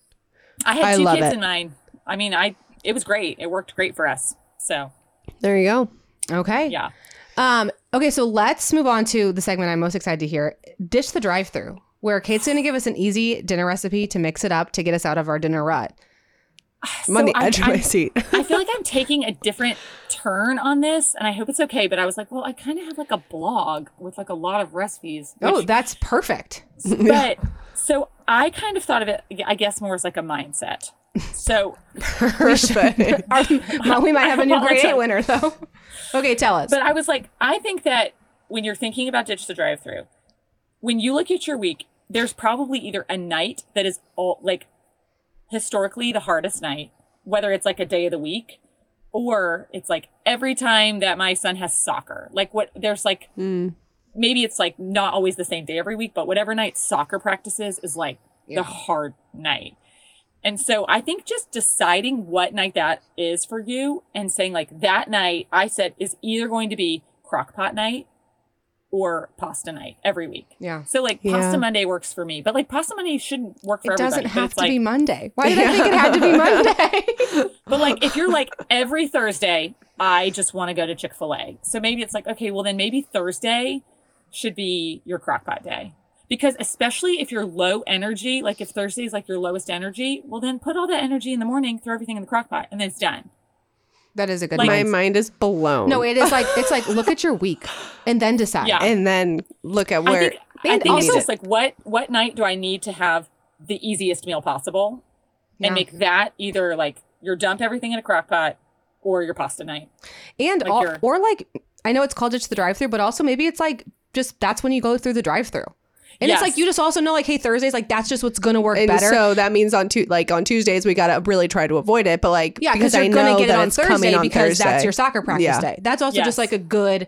Speaker 4: I had
Speaker 3: I
Speaker 4: two
Speaker 3: love
Speaker 4: kids
Speaker 3: it.
Speaker 4: in mine. I mean, I it was great. It worked great for us. So
Speaker 3: There you go.
Speaker 2: okay
Speaker 4: yeah.
Speaker 2: Um, okay, so let's move on to the segment I'm most excited to hear Dish the Drive Through, where Kate's going to give us an easy dinner recipe to mix it up to get us out of our dinner rut.
Speaker 3: I'm on
Speaker 4: So
Speaker 3: the edge of my seat.
Speaker 4: I feel like I'm taking a different turn on this, and I hope it's okay. But I was like, well, I kind of have like a blog with like a lot of recipes.
Speaker 2: Oh,
Speaker 4: which-
Speaker 2: that's perfect.
Speaker 4: but so I kind of thought of it, I guess, more as like a mindset. So,
Speaker 3: Perfect.
Speaker 2: Our- we might have a new grade
Speaker 4: apologize.
Speaker 2: 8 winner, though. Okay, tell us.
Speaker 4: but I was like, I think that when you're thinking about ditch the drive-through, when you look at your week, there's probably either a night that is all like historically the hardest night, whether it's like a day of the week or it's like every time that my son has soccer. Like what there's like maybe it's like not always the same day every week, but whatever night soccer practices is like the hard night. And so I think just deciding what night that is for you and saying like that night I said is either going to be crock pot night or pasta night every week.
Speaker 2: yeah.
Speaker 4: So like
Speaker 3: Yeah.
Speaker 4: pasta Monday works for me, but like pasta Monday shouldn't work for
Speaker 2: It doesn't
Speaker 4: everybody. but
Speaker 2: have
Speaker 4: it's
Speaker 2: to
Speaker 4: like,
Speaker 2: be Monday. Why did I think it had to be Monday?
Speaker 4: But like if you're like every Thursday, I just want to go to Chick Fil A. So maybe it's like okay, well then maybe Thursday should be your crockpot day because especially if you're low energy, like if Thursday is like your lowest energy, well then put all that energy in the morning, throw everything in the crockpot, and then it's done.
Speaker 2: That is a good
Speaker 4: Like-
Speaker 3: My
Speaker 2: mindset.
Speaker 3: mind is blown.
Speaker 2: No, it is like it's like look at your week and then decide.
Speaker 4: Yeah.
Speaker 3: and then look at where
Speaker 4: I think, I
Speaker 2: and
Speaker 4: think it's
Speaker 2: also-
Speaker 4: just like what what night do I need to have the easiest meal possible
Speaker 2: Yeah.
Speaker 4: and make that either like your dump everything in a crock pot or your pasta night.
Speaker 2: And
Speaker 4: Like
Speaker 2: all,
Speaker 4: your-
Speaker 2: or like I know it's called just the drive through, but also maybe it's like just that's when you go through the drive through. And
Speaker 4: Yes.
Speaker 2: it's like you just also know like hey Thursdays like that's just what's gonna work
Speaker 3: and
Speaker 2: better.
Speaker 3: so that means on tu- like on Tuesdays we gotta really try to avoid it. But like
Speaker 2: yeah, because
Speaker 3: because I
Speaker 2: you're
Speaker 3: know
Speaker 2: gonna get it
Speaker 3: that
Speaker 2: on
Speaker 3: it's coming
Speaker 2: Thursday
Speaker 3: on
Speaker 2: because
Speaker 3: Thursday.
Speaker 2: that's your soccer practice
Speaker 3: Yeah.
Speaker 2: day. That's also
Speaker 4: Yes.
Speaker 2: just like a good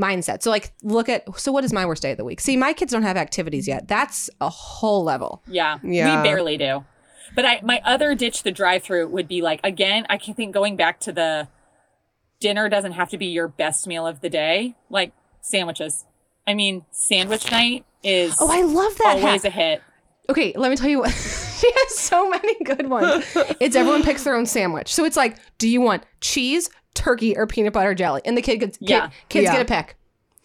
Speaker 2: mindset. So like look at so what is my worst day of the week? See, my kids don't have activities yet. That's a whole level.
Speaker 4: Yeah.
Speaker 3: Yeah.
Speaker 4: We barely do. But I my other ditch the drive through would be like again, I can think going back to the dinner doesn't have to be your best meal of the day. Like sandwiches. I mean, sandwich night is
Speaker 2: Oh, I love that. hack.
Speaker 4: always a hit.
Speaker 2: Okay, let me tell you what. she has so many good ones. It's everyone picks their own sandwich. So it's like, do you want cheese, turkey, or peanut butter jelly? And the kid gets, kid-
Speaker 4: Yeah.
Speaker 2: kids
Speaker 3: Yeah.
Speaker 2: get a pick.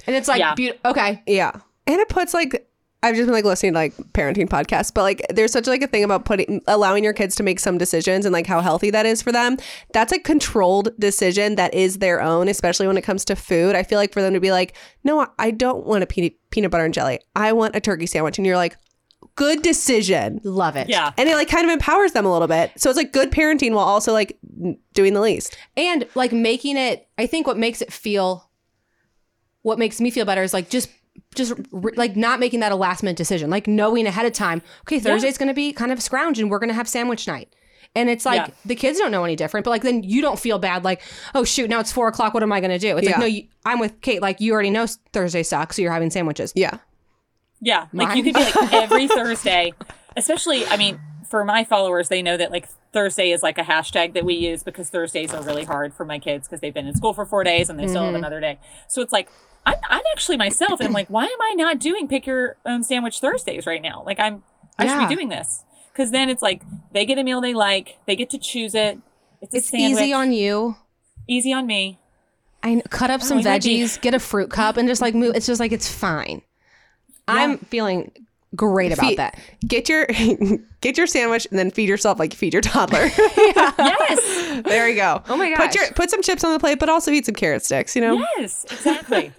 Speaker 2: And it's like,
Speaker 4: Yeah.
Speaker 2: beau- okay.
Speaker 3: Yeah. And it puts like I've just been like listening to like parenting podcasts, but like there's such like a thing about putting allowing your kids to make some decisions and like how healthy that is for them. That's a controlled decision that is their own, especially when it comes to food. I feel like for them to be like, "No, I don't want a peanut peanut butter and jelly. I want a turkey sandwich." And you're like, "Good decision."
Speaker 2: Love it.
Speaker 4: Yeah.
Speaker 3: And it like kind of empowers them a little bit. So it's like good parenting while also like n- doing the least.
Speaker 2: And like making it, I think what makes it feel, what makes me feel better is like just, just re- like not making that a last minute decision, like knowing ahead of time, okay, Thursday's going to be kind of scrounge and we're going to have sandwich night. And it's like
Speaker 4: Yeah.
Speaker 2: the kids don't know any different, but like then you don't feel bad, like, oh shoot, now it's four o'clock. What am I going to do? It's
Speaker 3: Yeah.
Speaker 2: like, no, you, I'm with Kate. Like, you already know Thursday sucks, so you're having sandwiches.
Speaker 3: Yeah.
Speaker 4: Yeah. Like
Speaker 2: Mine.
Speaker 4: you could be like every Thursday, especially, I mean, for my followers, they know that like Thursday is like a hashtag that we use because Thursdays are really hard for my kids because they've been in school for four days and they still
Speaker 2: Mm-hmm.
Speaker 4: have another day. So it's like, I'm, I'm actually myself. I'm like, why am I not doing pick your own sandwich Thursdays right now? Like, I'm, I should
Speaker 2: Yeah.
Speaker 4: be doing this. Cause then it's like they get a meal they like, they get to choose it. It's, a
Speaker 2: It's
Speaker 4: sandwich,
Speaker 2: easy on you.
Speaker 4: easy on me.
Speaker 2: I kn- cut up some
Speaker 4: it might be-
Speaker 2: veggies, get a fruit cup, and just like move. It's just like it's fine. I'm feeling great about
Speaker 3: Fe-
Speaker 2: that.
Speaker 3: Get your get your sandwich and then feed yourself like you feed your toddler.
Speaker 4: yes.
Speaker 3: There you go. Oh
Speaker 2: my
Speaker 3: Put your
Speaker 2: gosh.
Speaker 3: put some chips on the plate, but also eat some carrot sticks. You know.
Speaker 4: Yes, exactly.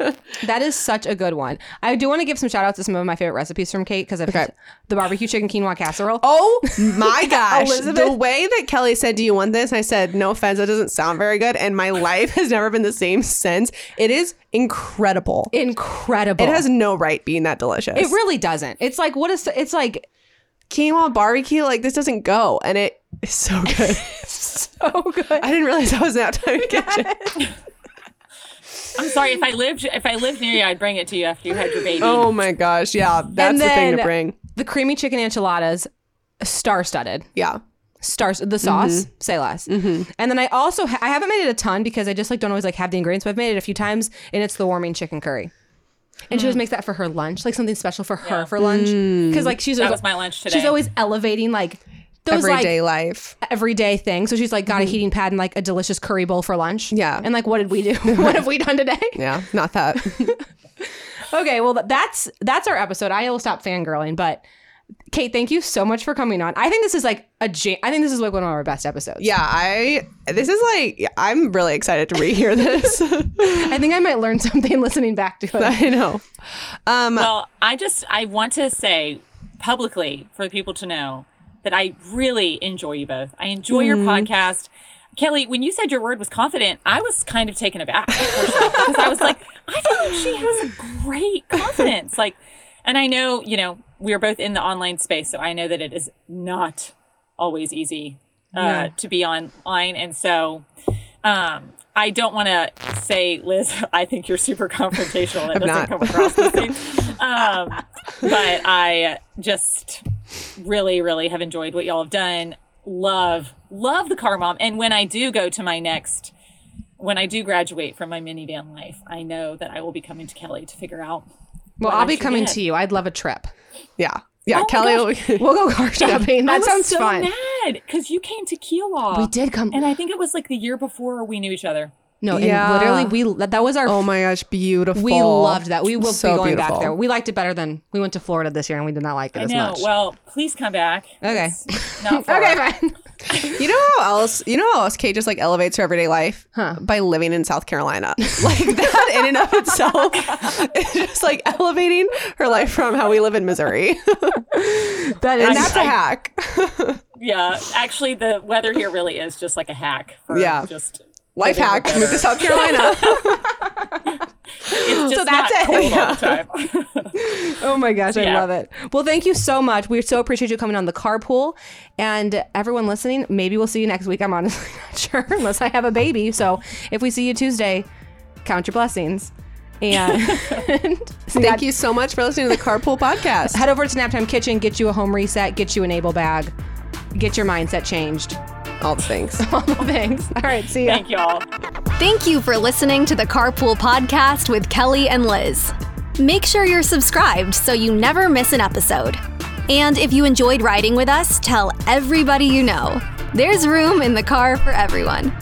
Speaker 2: That is such a good one. I do want to give some shout outs to some of my favorite recipes from Kate because I've
Speaker 3: Okay.
Speaker 2: the barbecue chicken quinoa casserole.
Speaker 3: Oh my gosh!
Speaker 2: Elizabeth.
Speaker 3: The way that Kelly said, "Do you want this?" I said, "No offense, that doesn't sound very good." And my life has never been the same since. It is incredible. It,
Speaker 2: incredible!
Speaker 3: has no right being that delicious.
Speaker 2: It really doesn't. It's like what is? It's like
Speaker 3: quinoa barbecue, like this doesn't go, and it is so good.
Speaker 2: so good.
Speaker 3: I didn't realize I was an out-time kitchen.
Speaker 4: I'm sorry. If I lived, if I lived near you, I'd bring it to you after you had your baby.
Speaker 3: Oh my gosh! Yeah, that's
Speaker 2: And
Speaker 3: the thing to
Speaker 2: then-
Speaker 3: bring.
Speaker 2: The creamy chicken enchiladas, star studded.
Speaker 3: Yeah.
Speaker 2: stars the sauce
Speaker 3: Mm-hmm.
Speaker 2: say less and then i also ha- i haven't made it a ton because i just like don't always like have the ingredients but i've made it a few times and it's the warming chicken curry and
Speaker 3: Mm.
Speaker 2: she always makes that for her lunch like something special for her
Speaker 4: Yeah.
Speaker 2: for lunch because like she's
Speaker 4: that
Speaker 2: always,
Speaker 4: was my lunch today.
Speaker 2: she's always elevating like those like
Speaker 3: Everyday life.
Speaker 2: everyday things so she's like got a heating pad and like a delicious curry bowl for lunch
Speaker 3: Mm-hmm. Yeah.
Speaker 2: and like what did we do what have we done today
Speaker 3: Yeah, not that.
Speaker 2: okay well th- that's that's our episode i will stop fangirling but kate thank you so much for coming on i think this is like a jam- i think this is like one of our best episodes
Speaker 3: Yeah, I this is like I'm really excited to rehear this.
Speaker 2: I think I might learn something listening back to it.
Speaker 3: I know.
Speaker 4: Well, I just I want to say publicly for the people to know that I really enjoy you both. I enjoy your podcast. Kelly, when you said your word was confident, I was kind of taken aback personally, because I was like, I think she has a great confidence. Like, and I know, you know, we are both in the online space, so I know that it is not always easy uh, to be online. And so um, I don't want to say, Liz, I think you're super confrontational. That doesn't
Speaker 3: not.
Speaker 4: come across the same. Um, but I just really, really have enjoyed what y'all have done. Love, love the car mom. And when I do go to my next, when I do graduate from my minivan life, I know that I will be coming to Kelly to figure out.
Speaker 2: Well,
Speaker 4: what
Speaker 2: I'll
Speaker 4: I
Speaker 2: be
Speaker 4: should
Speaker 2: coming
Speaker 4: get.
Speaker 2: to you. I'd love a trip.
Speaker 3: Yeah. Yeah,
Speaker 4: my
Speaker 3: Kelly will
Speaker 2: We'll go car shopping.
Speaker 4: I
Speaker 2: That
Speaker 4: was
Speaker 2: sounds
Speaker 4: so
Speaker 2: fun.
Speaker 4: mad because you came to Kiowa.
Speaker 2: We did come.
Speaker 4: and I think it was like the year before we knew each other.
Speaker 2: No,
Speaker 3: Yeah.
Speaker 2: and literally we that was our
Speaker 3: Oh my gosh, beautiful.
Speaker 2: we loved that. We will
Speaker 3: So
Speaker 2: be going
Speaker 3: beautiful.
Speaker 2: back there. We liked it better than we went to Florida this year and we did not like it
Speaker 4: I
Speaker 2: as
Speaker 4: know.
Speaker 2: much.
Speaker 4: Well, please come back.
Speaker 2: Okay.
Speaker 4: It's Not far.
Speaker 2: okay, fine.
Speaker 3: You know how else? You know how else Kate just like elevates her everyday life
Speaker 2: Huh.
Speaker 3: by living in South Carolina. Like that in and of itself is just like elevating her life from how we live in Missouri.
Speaker 2: That
Speaker 3: And
Speaker 2: is
Speaker 3: that's a
Speaker 4: I-
Speaker 3: hack.
Speaker 4: Yeah. Actually, the weather here really is just like a hack. For
Speaker 3: Yeah.
Speaker 4: Just
Speaker 3: Life
Speaker 4: living
Speaker 3: hack.
Speaker 4: better.
Speaker 3: Move to South Carolina.
Speaker 4: It's just
Speaker 3: that's
Speaker 4: not
Speaker 3: it.
Speaker 4: cold all the time.
Speaker 2: Oh my gosh, I
Speaker 4: Yeah.
Speaker 2: love it. Well, thank you so much. We so appreciate you coming on the carpool. And everyone listening, maybe we'll see you next week. I'm honestly not sure, unless I have a baby. So if we see you Tuesday, count your blessings. And
Speaker 3: Thank you so much for listening to the Carpool Podcast.
Speaker 2: head over to Naptime Kitchen, get you a home reset, get you an able bag, get your mindset changed.
Speaker 3: All the things.
Speaker 2: All the things. All right, see ya.
Speaker 4: Thank y'all.
Speaker 1: Thank you for listening to the Carpool Podcast with Kelly and Liz. Make sure you're subscribed so you never miss an episode. And if you enjoyed riding with us, tell everybody you know. There's room in the car for everyone.